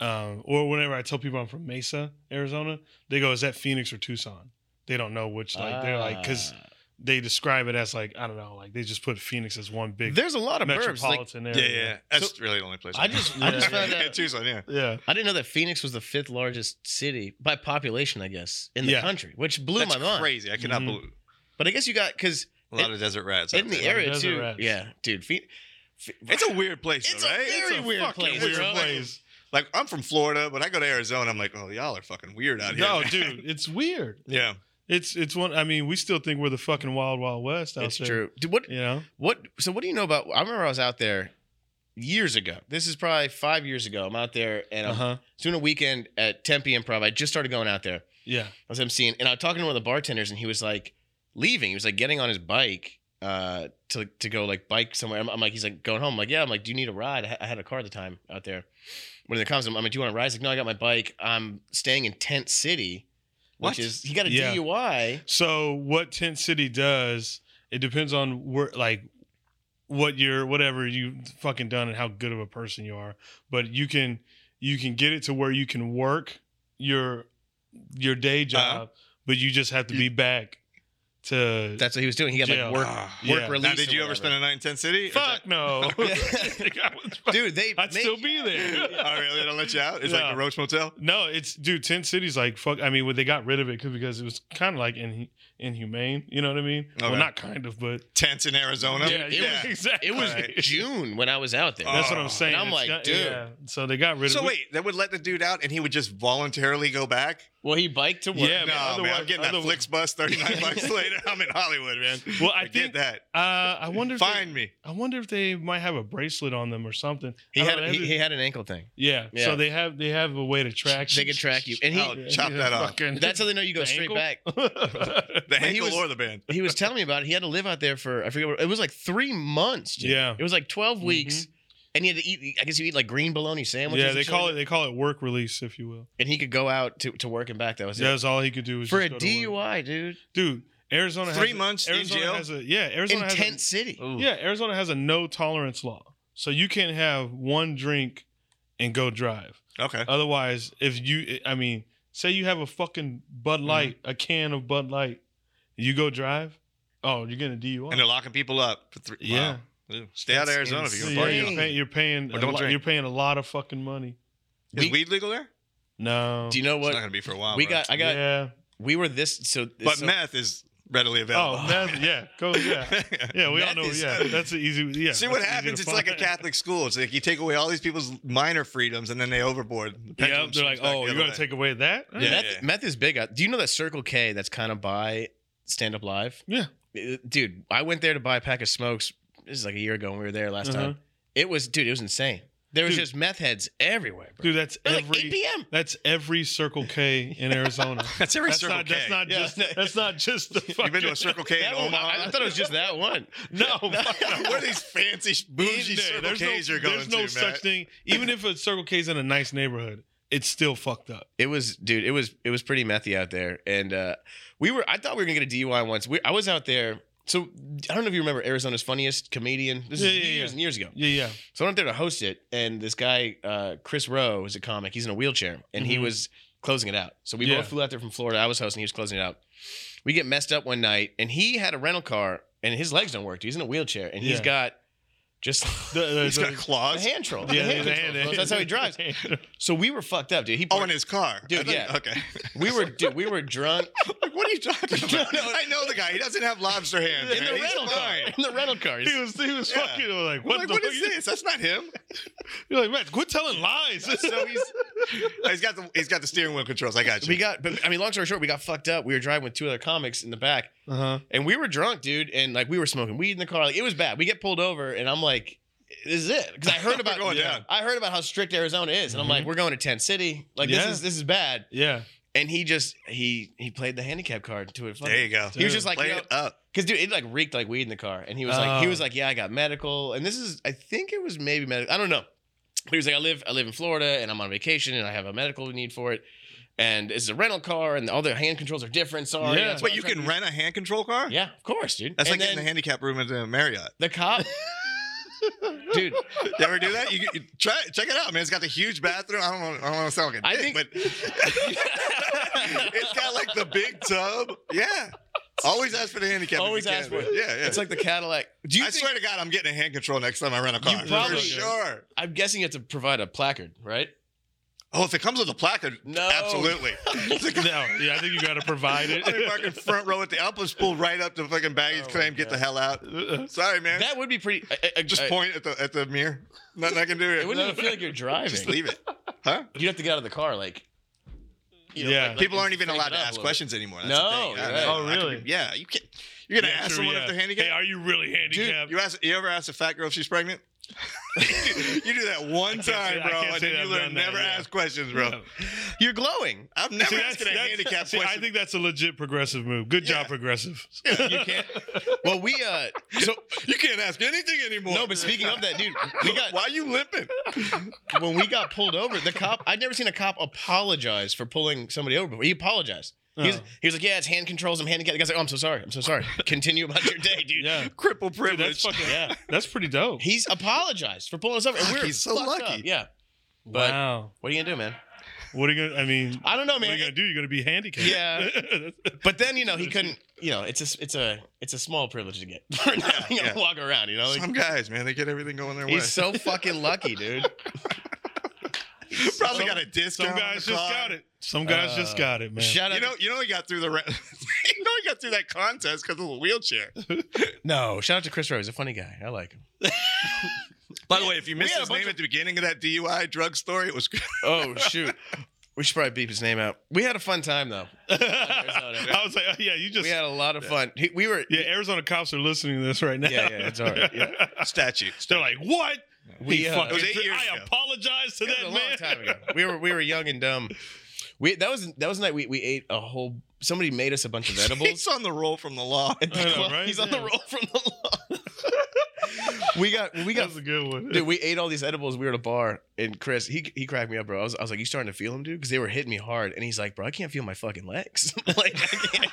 Speaker 2: um, or whenever I tell people I'm from Mesa, Arizona, they go, "Is that Phoenix or Tucson?" They don't know which. Like they're like because
Speaker 1: Ah.
Speaker 2: they describe it as like I don't know, like they just put Phoenix as one big
Speaker 1: there's a lot of burbs. Like,
Speaker 2: metropolitan
Speaker 3: yeah,
Speaker 2: area.
Speaker 3: yeah. That's really the only place.
Speaker 1: I just,
Speaker 2: Yeah,
Speaker 1: I just
Speaker 2: yeah.
Speaker 1: found
Speaker 3: yeah,
Speaker 1: out.
Speaker 3: Tucson, yeah.
Speaker 2: yeah, yeah.
Speaker 1: I didn't know that Phoenix was the fifth largest city by population, I guess, in the
Speaker 2: Yeah.
Speaker 1: country, which blew
Speaker 3: That's
Speaker 1: my mind.
Speaker 3: crazy. I cannot
Speaker 2: Mhm.
Speaker 3: believe
Speaker 1: But I guess you got because
Speaker 3: a lot of desert rats out
Speaker 1: in the
Speaker 3: there.
Speaker 1: area
Speaker 2: Desert
Speaker 1: too.
Speaker 2: rats.
Speaker 1: Yeah, dude. Phoenix,
Speaker 3: It's a weird place,
Speaker 1: It's
Speaker 3: though,
Speaker 1: a
Speaker 3: right?
Speaker 1: very
Speaker 3: It's
Speaker 1: weird
Speaker 2: fucking
Speaker 1: place,
Speaker 2: Weird
Speaker 1: bro.
Speaker 2: place.
Speaker 3: like I'm from Florida, but I go to Arizona. I'm like, oh, y'all are fucking weird out here.
Speaker 2: No,
Speaker 3: man.
Speaker 2: dude, it's weird.
Speaker 3: yeah.
Speaker 2: It's it's one. I mean, we still think we're the fucking wild wild west out
Speaker 1: it's
Speaker 2: there.
Speaker 1: true. Dude, what
Speaker 2: You know,
Speaker 1: What? So what do you know about? I remember I was out there years ago. This is probably five years ago. I'm out there and I'm
Speaker 2: uh huh.
Speaker 1: doing a weekend at Tempe Improv. I just started going out there.
Speaker 2: Yeah,
Speaker 1: I was emceeing, and I was talking to one of the bartenders, and he was like leaving. He was like getting on his bike uh, to to go like bike somewhere. I'm, I'm like, he's like going home. I'm like, yeah. I'm like, do you need a ride? I, ha- I had a car at the time out there. When it comes, I'm I'm like, do you want a ride? He's like, no, I got my bike. I'm staying in Tent City,
Speaker 3: What?
Speaker 1: which is he got a
Speaker 2: Yeah.
Speaker 1: DUI.
Speaker 2: So what Tent City does, it depends on where, like, what you're, whatever you fucking done and how good of a person you are. But you can, you can get it to where you can work your, your day job, but you just have to be back to.
Speaker 1: That's what he was doing. He got
Speaker 2: Jail.
Speaker 1: like work
Speaker 3: Ah,
Speaker 2: yeah.
Speaker 1: work
Speaker 2: Now,
Speaker 1: release.
Speaker 3: now, did
Speaker 1: or
Speaker 3: you ever
Speaker 1: whatever.
Speaker 3: spend a night in Tent City? Is
Speaker 2: fuck no,
Speaker 1: Yeah. Dude, they
Speaker 2: I'd
Speaker 1: make-
Speaker 2: still be there.
Speaker 3: that- oh, really? They don't let you out? It's
Speaker 2: No.
Speaker 3: like the Roach Motel.
Speaker 2: No, it's dude. Tent City's like fuck. I mean, when they got rid of it 'cause- because it was kind of like in, inhumane. You know what I mean? Well,
Speaker 3: Okay.
Speaker 2: not kind of, but
Speaker 3: Tents in Arizona.
Speaker 2: yeah,
Speaker 1: it
Speaker 2: yeah,
Speaker 1: was-
Speaker 2: exactly.
Speaker 1: It was
Speaker 3: Alright.
Speaker 1: June when I was out there.
Speaker 3: Oh.
Speaker 2: That's what I'm saying.
Speaker 1: And I'm
Speaker 2: It's
Speaker 1: like,
Speaker 2: got-
Speaker 1: dude.
Speaker 2: So they got rid of.
Speaker 3: So wait, that would let the dude out, and he would just voluntarily go back?
Speaker 1: Well, he biked to work.
Speaker 2: Yeah, man,
Speaker 3: no, man,
Speaker 2: otherwise-
Speaker 3: I'm getting that
Speaker 2: otherwise-
Speaker 3: Flix bus 39 bucks later. I'm in Hollywood, man.
Speaker 2: Well, I
Speaker 3: Forget
Speaker 2: think.
Speaker 3: that.
Speaker 2: Uh, I wonder. If
Speaker 3: Find me.
Speaker 2: They, I wonder if they might have a bracelet on them or something.
Speaker 1: He
Speaker 2: I
Speaker 1: had
Speaker 2: don't know.
Speaker 1: he, he had an ankle thing.
Speaker 2: yeah,
Speaker 1: Yeah.
Speaker 2: So they have they have a way to track.
Speaker 1: They could track you, and he.
Speaker 3: Oh, chop that off.
Speaker 1: That's how they know you go
Speaker 2: The
Speaker 1: straight
Speaker 2: ankle?
Speaker 1: back.
Speaker 3: The
Speaker 1: When he
Speaker 3: ankle
Speaker 1: was-
Speaker 3: or the band.
Speaker 1: He was telling me about it. He had to live out there for I forget. What, it was like three months. dude.
Speaker 2: Yeah.
Speaker 1: it was like 12 weeks, and he had to eat. I guess you eat like green bologna sandwiches.
Speaker 2: yeah,
Speaker 1: and
Speaker 2: they
Speaker 1: shit
Speaker 2: call
Speaker 1: like
Speaker 2: it they call it work release, if you will.
Speaker 1: that. And he could go out to, to work and back. That was it.
Speaker 2: That's all he could do was
Speaker 1: For a
Speaker 2: just go to work.
Speaker 1: DUI, dude,
Speaker 2: Dude, Arizona
Speaker 3: Three
Speaker 2: has a-
Speaker 3: months in
Speaker 2: Arizona
Speaker 3: jail?
Speaker 2: Has a, yeah, Arizona
Speaker 1: in
Speaker 2: has a-
Speaker 1: Tent City.
Speaker 2: Yeah, Arizona has a no tolerance law. So you can't have one drink and go drive.
Speaker 3: Okay.
Speaker 2: Otherwise, if you, I mean, say you have a fucking Bud Light, a can of Bud Light, you go drive, oh, you're going to DUI.
Speaker 3: And they're locking people up for three.
Speaker 2: Yeah.
Speaker 3: wow. Stay out of Arizona if you're
Speaker 2: Yeah,
Speaker 3: gonna party.
Speaker 2: you're, pay, you're paying.
Speaker 3: But
Speaker 2: a
Speaker 3: don't
Speaker 2: lot-
Speaker 3: drink.
Speaker 2: you're paying a lot of fucking money.
Speaker 3: Is weed legal there?
Speaker 2: No.
Speaker 1: Do you know
Speaker 3: It's
Speaker 1: what?
Speaker 3: not gonna be for a while.
Speaker 1: we
Speaker 3: bro.
Speaker 1: got, I got,
Speaker 2: Yeah.
Speaker 1: we were this, so.
Speaker 3: but
Speaker 1: so,
Speaker 3: meth is readily
Speaker 2: Oh,
Speaker 3: available.
Speaker 2: meth, yeah. Go. Yeah. Yeah. We all
Speaker 1: Meth
Speaker 2: know.
Speaker 1: is-
Speaker 2: Yeah. That's an easy. Yeah.
Speaker 3: See what
Speaker 2: that's easy
Speaker 3: happens?
Speaker 2: to
Speaker 3: It's like a
Speaker 2: find.
Speaker 3: Catholic school. It's like you take away all these people's minor freedoms, and then they overboard. The
Speaker 2: Yeah.
Speaker 3: pendulum
Speaker 2: They're like,
Speaker 3: swings back
Speaker 2: oh,
Speaker 3: the
Speaker 2: you're
Speaker 3: other
Speaker 2: gonna
Speaker 3: way.
Speaker 2: take away that?
Speaker 3: Yeah,
Speaker 1: meth,
Speaker 3: yeah.
Speaker 1: meth is big. out- Do you know that Circle K that's kind of by Stand Up Live?
Speaker 2: Yeah.
Speaker 1: Uh, Dude, I went there to buy a pack of smokes. This is like a year ago when we were there last
Speaker 2: Uh-huh.
Speaker 1: time. It was, dude, it was insane. There was
Speaker 2: Dude.
Speaker 1: just meth heads everywhere, bro.
Speaker 2: Dude, that's
Speaker 1: It was like 8
Speaker 2: every.
Speaker 1: p.m.
Speaker 2: That's every Circle K in Arizona.
Speaker 3: That's every
Speaker 2: That's
Speaker 3: Circle
Speaker 2: not,
Speaker 3: K.
Speaker 2: that's not
Speaker 1: Yeah.
Speaker 2: just that's not just the fucking,
Speaker 3: You've been to a Circle K in
Speaker 1: That one-
Speaker 3: Omaha?
Speaker 1: I, I thought it was just that one.
Speaker 2: no, fuck no.
Speaker 3: what are these fancy sh- bougie
Speaker 2: Even there,
Speaker 3: Circle
Speaker 2: there's
Speaker 3: K's
Speaker 2: no,
Speaker 3: you're going
Speaker 2: There's
Speaker 3: to,
Speaker 2: no
Speaker 3: Matt?
Speaker 2: such thing. Even if a Circle K's in a nice neighborhood, it's still fucked up.
Speaker 1: It was, dude. It was, it was pretty methy out there, and uh, we were. I thought we were gonna get a DUI once. We, I was out there. So I don't know if you remember Arizona's funniest comedian. This
Speaker 2: Yeah,
Speaker 1: is
Speaker 2: yeah, yeah.
Speaker 1: years and years ago.
Speaker 2: Yeah, yeah.
Speaker 1: So I went up there to host it, and this guy, uh, Chris Rowe, is a comic. He's in a wheelchair, and he
Speaker 3: Mm-hmm.
Speaker 2: Mhm.
Speaker 1: was closing it out. So we
Speaker 2: Yeah.
Speaker 1: both flew out there from Florida. I was hosting, he was closing it out. We get messed up one night, and he had a rental car, and his legs don't work. dude. He's in a wheelchair, and he's
Speaker 2: Yeah.
Speaker 1: got just
Speaker 2: The, the,
Speaker 3: He's got
Speaker 1: a
Speaker 3: claws.
Speaker 1: hand troll.
Speaker 2: yeah,
Speaker 1: the hand
Speaker 2: the
Speaker 1: control,
Speaker 2: hand-
Speaker 1: folks. That's how he drives. So we were fucked up, dude. He
Speaker 3: Oh, in his car,
Speaker 1: Dude,
Speaker 3: I thought-
Speaker 1: yeah.
Speaker 3: Okay.
Speaker 1: we were dude, we were drunk
Speaker 3: Like, what are you talking about?
Speaker 1: No, no.
Speaker 3: I know the guy. He doesn't have lobster hands.
Speaker 1: in the
Speaker 3: man. He's
Speaker 1: rental car.
Speaker 3: fine.
Speaker 1: In the rental car.
Speaker 2: He was he was
Speaker 3: Yeah.
Speaker 2: fucking like what
Speaker 3: What, like,
Speaker 2: the
Speaker 3: what
Speaker 2: fuck
Speaker 3: is this? That's not him.
Speaker 2: You're like man, quit telling lies.
Speaker 3: So he's Oh, he's got the he's got the steering wheel controls. I got you.
Speaker 1: We got, but I mean, long story short, we got fucked up. We were driving with two other comics in the back,
Speaker 2: uh-huh.
Speaker 1: and we were drunk, dude, and like we were smoking weed in the car. Like it was bad. We get pulled over, and I'm like, "This is it?" Because I heard
Speaker 3: We're
Speaker 1: about
Speaker 3: going
Speaker 1: yeah.
Speaker 3: down. Mm-hmm.
Speaker 1: I heard about how strict Arizona is, and I'm like, "We're going to Tent City. Like
Speaker 2: Yeah.
Speaker 1: this is this is bad."
Speaker 2: Yeah.
Speaker 1: And he just he he played the handicap card to it.
Speaker 3: there you go.
Speaker 1: He was just like,
Speaker 3: Play
Speaker 1: you know,
Speaker 3: it up.
Speaker 1: Cause dude, it like reeked like weed in the car, and he was like, he
Speaker 2: Oh.
Speaker 1: was like, yeah, I got medical, and this is, I think it was maybe medical, I don't know, but he was like, I live, I live in Florida, and I'm on vacation, and I have a medical need for it, and it's a rental car, and all the hand controls are different. Sorry,
Speaker 2: Yeah.
Speaker 1: that's why
Speaker 3: But
Speaker 1: I'm
Speaker 3: you
Speaker 1: trying
Speaker 3: can
Speaker 1: to-
Speaker 3: rent a hand control car.
Speaker 1: yeah, of course, dude.
Speaker 3: That's
Speaker 1: and
Speaker 3: like
Speaker 1: then
Speaker 3: getting the handicap room at the Marriott.
Speaker 1: the cop, dude.
Speaker 3: You ever do that? You, you try it- check it out, man. It's got the huge bathroom. I don't want I don't want to sound like a
Speaker 1: I
Speaker 3: dick,
Speaker 1: think-
Speaker 3: but it's got like the big tub. Yeah. Always ask for the handicap. if
Speaker 1: Always
Speaker 3: you can,
Speaker 1: ask for
Speaker 3: man.
Speaker 1: it.
Speaker 3: Yeah, yeah.
Speaker 1: It's like the Cadillac. Do you
Speaker 3: I
Speaker 1: think?
Speaker 3: swear to God, I'm getting a hand control next time I rent a car.
Speaker 1: probably-
Speaker 3: for sure.
Speaker 1: I'm guessing you have to provide a placard, right?
Speaker 3: Oh, if it comes with a placard,
Speaker 1: No.
Speaker 3: absolutely. It's like,
Speaker 2: No. Yeah, I think you gotta provide
Speaker 3: I'll be
Speaker 2: it.
Speaker 3: fucking front row at the I'll just pull right up to fucking baggage
Speaker 1: Oh,
Speaker 3: claim,
Speaker 1: my
Speaker 3: get
Speaker 1: God.
Speaker 3: the hell out. Sorry, man.
Speaker 1: That would be pretty. I, I, I-
Speaker 3: just
Speaker 1: I-
Speaker 3: point at the at the mirror. Nothing I can do here.
Speaker 1: It wouldn't even feel like you're
Speaker 3: just
Speaker 1: driving.
Speaker 3: leave it. Huh?
Speaker 1: You'd have to get out of the car, like.
Speaker 2: Yeah.
Speaker 1: like- like
Speaker 3: People aren't
Speaker 1: you
Speaker 3: even
Speaker 1: crank
Speaker 3: allowed
Speaker 1: it
Speaker 3: to
Speaker 1: up a
Speaker 3: ask
Speaker 1: little bit.
Speaker 3: questions anymore. That's
Speaker 1: No,
Speaker 3: the thing.
Speaker 1: you're
Speaker 3: I
Speaker 1: right.
Speaker 3: know.
Speaker 2: Oh,
Speaker 3: I could-
Speaker 2: really?
Speaker 3: yeah, you can. You're gonna
Speaker 2: Yeah,
Speaker 3: ask
Speaker 2: true,
Speaker 3: someone
Speaker 2: yeah.
Speaker 3: if they're
Speaker 2: Hey,
Speaker 3: handicapped.
Speaker 2: are you really handicapped?
Speaker 3: you ask. You ever ask a fat girl if she's pregnant? you do that one
Speaker 2: I can't say-
Speaker 3: time,
Speaker 2: I
Speaker 3: bro,
Speaker 2: can't
Speaker 3: and
Speaker 2: say
Speaker 3: then you
Speaker 2: I've
Speaker 3: learn
Speaker 2: done that,
Speaker 3: never
Speaker 2: yeah.
Speaker 3: ask questions, bro.
Speaker 2: No.
Speaker 1: You're glowing.
Speaker 3: I'm never
Speaker 2: See, that's-
Speaker 3: asking a
Speaker 2: that's-
Speaker 3: handicap
Speaker 2: see,
Speaker 3: question.
Speaker 2: I think that's a legit progressive move. Good
Speaker 3: Yeah.
Speaker 2: job, progressive.
Speaker 1: You can't. Well, we uh. So
Speaker 3: you can't ask anything anymore.
Speaker 1: no, but speaking of that, dude, we got
Speaker 3: why are you limping?
Speaker 1: when we got pulled over, the cop. I'd never seen a cop apologize for pulling somebody over before. He apologized. He was,
Speaker 2: Oh.
Speaker 1: he was like, "Yeah, it's hand controls. I'm handicapped." The guy's like, "Oh, I'm so sorry. I'm so sorry. Continue about your day, dude."
Speaker 2: Yeah.
Speaker 3: Cripple
Speaker 2: Dude, that's
Speaker 3: privilege.
Speaker 2: fucking
Speaker 1: Yeah.
Speaker 2: that's pretty dope.
Speaker 1: He's apologized for pulling us over, and
Speaker 3: Fuck,
Speaker 1: we're
Speaker 3: he's so
Speaker 1: fucked
Speaker 3: lucky.
Speaker 1: up. Yeah. But
Speaker 2: wow.
Speaker 1: what are you gonna do, man?
Speaker 2: What are you gonna I mean
Speaker 1: I don't know,
Speaker 2: what are
Speaker 1: man.
Speaker 2: you gonna do? You're gonna be handicapped.
Speaker 1: Yeah.
Speaker 2: That's-
Speaker 1: But then you know he couldn't. You know it's a it's a it's a small privilege to get. We're not
Speaker 3: Yeah,
Speaker 1: gonna
Speaker 3: yeah.
Speaker 1: walk around. You know, Like,
Speaker 3: Some guys, man, they get everything going their way.
Speaker 1: he's so fucking lucky, dude.
Speaker 3: Probably
Speaker 2: some-
Speaker 3: got a discount.
Speaker 2: Some
Speaker 3: on the
Speaker 2: guys just
Speaker 3: car.
Speaker 2: got it. Some guys
Speaker 1: Uh,
Speaker 2: just got it, man.
Speaker 1: Shout out.
Speaker 3: You
Speaker 1: to-
Speaker 3: know, you know, he got through the re- you know, he got through that contest because of the wheelchair.
Speaker 1: No, shout out to Chris Rowe. He's a funny guy. I like him.
Speaker 3: By the way, if you missed
Speaker 1: had a
Speaker 3: his
Speaker 1: bunch
Speaker 3: name
Speaker 1: of-
Speaker 3: at the beginning of that DUI drug story, it was
Speaker 1: Oh shoot, we should probably beep his name out. We had a fun time though. Arizona.
Speaker 2: I was like, oh, yeah, you just
Speaker 1: We had a lot of fun. He- We were
Speaker 2: yeah. Arizona cops are listening to this right now.
Speaker 1: Yeah, yeah, it's all right, yeah.
Speaker 3: statute.
Speaker 2: They're like, what?
Speaker 1: we
Speaker 2: He
Speaker 1: uh,
Speaker 2: fucking
Speaker 3: It was eight
Speaker 2: dri-
Speaker 3: years
Speaker 2: I
Speaker 3: ago.
Speaker 2: apologize to
Speaker 1: it was
Speaker 2: that
Speaker 1: a
Speaker 2: man.
Speaker 1: long time ago. We were we were young and dumb. We that was that was the night we, we ate a whole. Somebody made us a bunch of
Speaker 3: He's
Speaker 1: edibles.
Speaker 3: on the roll from the law.
Speaker 1: at the
Speaker 2: I know,
Speaker 1: club.
Speaker 2: right?
Speaker 1: He's on the
Speaker 2: Yeah.
Speaker 1: roll from the law. we got we got
Speaker 2: That's a good one.
Speaker 1: Dude, we ate all these edibles. We were at a bar, and Chris, he he cracked me up, bro. I was, I was like, "You starting to feel them, dude?" Because they were hitting me hard, and he's like, "Bro, I can't feel my fucking legs." like, I can't.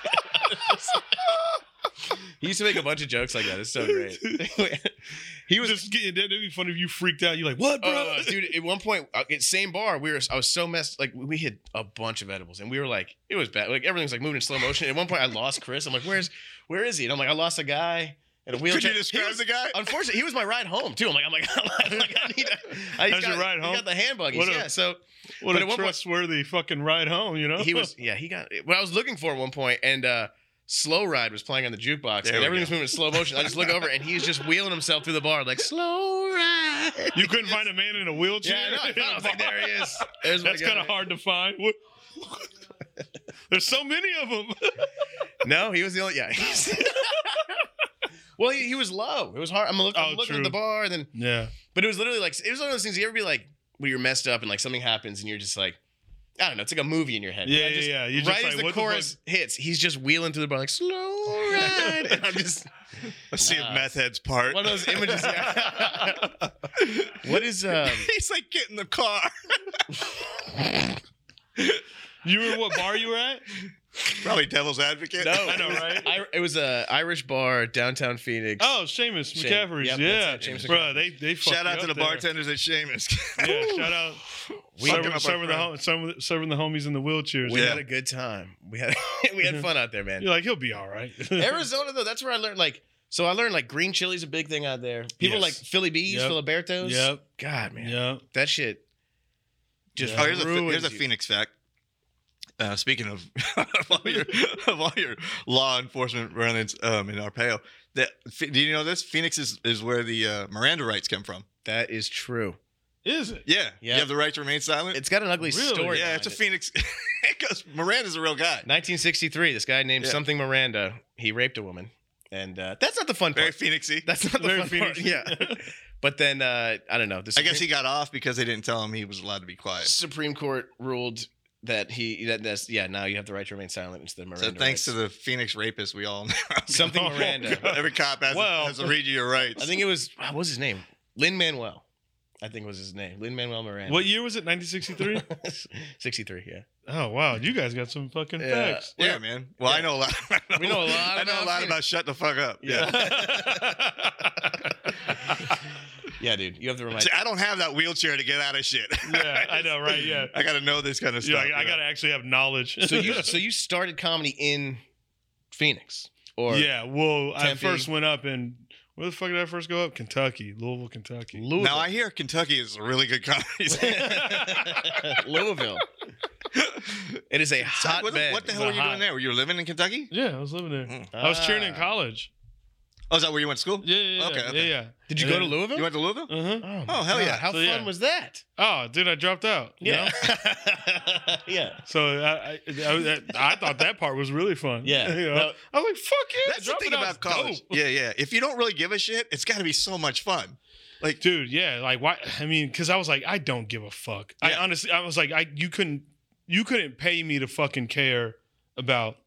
Speaker 1: he used to make a bunch of jokes like that. It's so great.
Speaker 2: he was just getting. That'd be funny if you freaked out. You're like, what, bro?
Speaker 1: Oh, dude, at one point, uh, at same bar, we were. I was so messed. Like, we hit a bunch of edibles, and we were like, it was bad. Like everything was like moving in slow motion. At one point, I lost Chris. I'm like, "Where's, where is he?" And I'm like, "I lost a guy." and a
Speaker 3: Could
Speaker 1: wheelchair.
Speaker 3: you describe
Speaker 1: he was,
Speaker 3: the guy?
Speaker 1: Unfortunately, he was my ride home too. I'm like, I'm like, I'm like I need. A, I just
Speaker 2: That's your
Speaker 1: got-
Speaker 2: ride
Speaker 1: we
Speaker 2: home?
Speaker 1: Got the hand buggies.
Speaker 2: What a-
Speaker 1: yeah. So
Speaker 2: What
Speaker 1: But at
Speaker 2: a
Speaker 1: one point-
Speaker 2: trustworthy fucking ride home, you know?
Speaker 1: he was yeah he got what I was looking for at one point and uh Slow Ride was playing on the jukebox
Speaker 3: There
Speaker 1: and
Speaker 3: we
Speaker 1: everything was moving in slow motion. I just look over and he's just wheeling himself through the bar like slow ride.
Speaker 2: You couldn't find a man in a wheelchair.
Speaker 1: yeah, I know. I
Speaker 2: in a
Speaker 1: found him. I was like,
Speaker 2: bar?
Speaker 1: there he is. There's my
Speaker 2: That's
Speaker 1: guy.
Speaker 2: kind of hard to find. What- There's so many of them.
Speaker 1: No, he was the only. Yeah. well, he, he was low. It was hard. I'm, look, I'm
Speaker 2: Oh,
Speaker 1: looking
Speaker 2: true.
Speaker 1: at the bar, and then
Speaker 2: Yeah.
Speaker 1: but it was literally like it was one of those things. You ever be like where you're messed up and like something happens and you're just like, I don't know. It's like a movie in your head.
Speaker 2: Yeah,
Speaker 1: I just-
Speaker 2: yeah, yeah. You're just
Speaker 1: right
Speaker 2: like,
Speaker 1: as the
Speaker 2: what the
Speaker 1: chorus hits, he's just wheeling through the bar like slow ride, and I'm just
Speaker 3: Let's see
Speaker 1: Nah.
Speaker 3: if meth head's part.
Speaker 1: one of those images. yeah. what is um?
Speaker 3: He's like, get in the car.
Speaker 2: You were what bar you were at?
Speaker 3: Probably devil's advocate.
Speaker 1: No,
Speaker 2: I know, right?
Speaker 1: Oh. I, it was a Irish bar downtown Phoenix.
Speaker 2: Oh, Seamus
Speaker 1: Shame.
Speaker 2: McCaffrey's.
Speaker 1: Yep,
Speaker 2: yeah.
Speaker 1: that's it, Seamus
Speaker 2: Bro, they, they fucked
Speaker 3: Shout
Speaker 2: you
Speaker 3: out to
Speaker 2: up
Speaker 3: the
Speaker 2: there.
Speaker 3: bartenders at Seamus.
Speaker 2: Yeah, shout out.
Speaker 1: We-
Speaker 2: serving,
Speaker 3: Fucking up our
Speaker 2: serving the,
Speaker 3: friend.
Speaker 2: hom- serving, serving the homies in the wheelchairs.
Speaker 1: we
Speaker 3: Yeah.
Speaker 1: had a good time. We had we
Speaker 2: Mm-hmm.
Speaker 1: had fun out there, man.
Speaker 2: You're like, he'll be all right.
Speaker 1: Arizona though, that's where I learned like so I learned like green chili's a big thing out there. People
Speaker 2: Yes.
Speaker 1: like Philly bees,
Speaker 2: Yep.
Speaker 1: Filibertos.
Speaker 2: Yep.
Speaker 1: God, man.
Speaker 2: Yep.
Speaker 1: That shit just
Speaker 2: Yeah.
Speaker 3: Oh, here's a, here's
Speaker 1: ruins
Speaker 3: a
Speaker 1: you.
Speaker 3: Phoenix fact. Uh, speaking of, of, all your, of all your law enforcement run-ins um, in Arpaio, that Ph- do you know this? Phoenix is, is where the uh, Miranda rights come from.
Speaker 1: That is true.
Speaker 2: Is it?
Speaker 3: Yeah,
Speaker 1: Yeah.
Speaker 3: you have the right to remain silent.
Speaker 1: It's got an ugly
Speaker 2: Really?
Speaker 1: story.
Speaker 3: yeah,
Speaker 1: behind
Speaker 3: it's a
Speaker 1: it.
Speaker 3: Phoenix. Because Miranda's a real guy.
Speaker 1: 1963. This guy named
Speaker 3: Yeah.
Speaker 1: something Miranda. He raped a woman, and uh, that's not the fun
Speaker 3: Very
Speaker 1: part.
Speaker 3: Phoenixy.
Speaker 1: That's not the
Speaker 2: Very
Speaker 1: fun
Speaker 2: Phoenix.
Speaker 1: part. Yeah. but then uh, I don't know. The
Speaker 3: I
Speaker 1: Supreme,
Speaker 3: guess he got off because they didn't tell him he was allowed to be quiet.
Speaker 1: Supreme Court ruled that he that that's yeah. Now you have the right to remain silent. It's the Miranda.
Speaker 3: so thanks to
Speaker 1: rights.
Speaker 3: the Phoenix rapist, we all know.
Speaker 1: something
Speaker 2: Oh,
Speaker 1: Miranda.
Speaker 2: God.
Speaker 3: Every cop has,
Speaker 2: Well.
Speaker 3: has to read you your rights.
Speaker 1: I think it was ah, what was his name? Lin Manuel. I think was his name. Lin Manuel Miranda.
Speaker 2: What year was it? 1963?
Speaker 1: 63, yeah.
Speaker 2: oh, wow. You guys got some fucking
Speaker 1: Yeah.
Speaker 2: facts.
Speaker 3: yeah, man. Well, I know a lot. I
Speaker 1: We know a lot
Speaker 3: I know
Speaker 1: about
Speaker 3: a lot
Speaker 1: Phoenix.
Speaker 3: about shut the fuck up.
Speaker 1: Yeah. Yeah, dude. You have to remind
Speaker 3: See, I don't have that wheelchair to get out of shit.
Speaker 2: Yeah, I know, right? Yeah.
Speaker 3: I got to know this kind of
Speaker 2: Yeah,
Speaker 3: stuff.
Speaker 2: I, I got to actually have knowledge.
Speaker 1: So you so you started comedy in Phoenix. Or
Speaker 2: yeah, well, I
Speaker 1: Tempe.
Speaker 2: first went up and where the fuck did I first go up? Kentucky, Louisville, Kentucky.
Speaker 1: Louisville.
Speaker 3: Now I hear Kentucky is a really good comedy. scene.
Speaker 1: Louisville. It is a
Speaker 3: So, what, the,
Speaker 1: hotbed.
Speaker 3: what the hell were you
Speaker 2: hot.
Speaker 3: doing there? Were you living in Kentucky? Hmm.
Speaker 2: Yeah, I was living there. I was cheering in
Speaker 1: Ah.
Speaker 2: college.
Speaker 3: Oh, is that where you went to school?
Speaker 2: Yeah, yeah, yeah.
Speaker 3: Okay, okay.
Speaker 2: yeah, yeah.
Speaker 1: Did you go to Louisville?
Speaker 3: You went to Louisville?
Speaker 2: Uh-huh.
Speaker 1: oh, my
Speaker 3: Oh, hell
Speaker 1: God,
Speaker 3: yeah.
Speaker 1: How
Speaker 2: So,
Speaker 1: fun
Speaker 2: yeah.
Speaker 1: was that?
Speaker 2: Oh, dude, I dropped out. you know?
Speaker 1: yeah.
Speaker 2: So I, I, I, I thought that part was really fun.
Speaker 1: Yeah.
Speaker 2: You know?
Speaker 1: No,
Speaker 2: I was like, fuck yeah.
Speaker 3: That's the
Speaker 2: dropping
Speaker 3: thing
Speaker 2: out's
Speaker 3: about college.
Speaker 2: dope.
Speaker 3: Yeah, yeah. If you don't really give a shit, it's got to be so much fun. Like,
Speaker 2: Dude, yeah. Like, why? I mean, because I was like, I don't give a fuck. I
Speaker 3: Yeah.
Speaker 2: honestly, I was like, I you couldn't, you couldn't pay me to fucking care about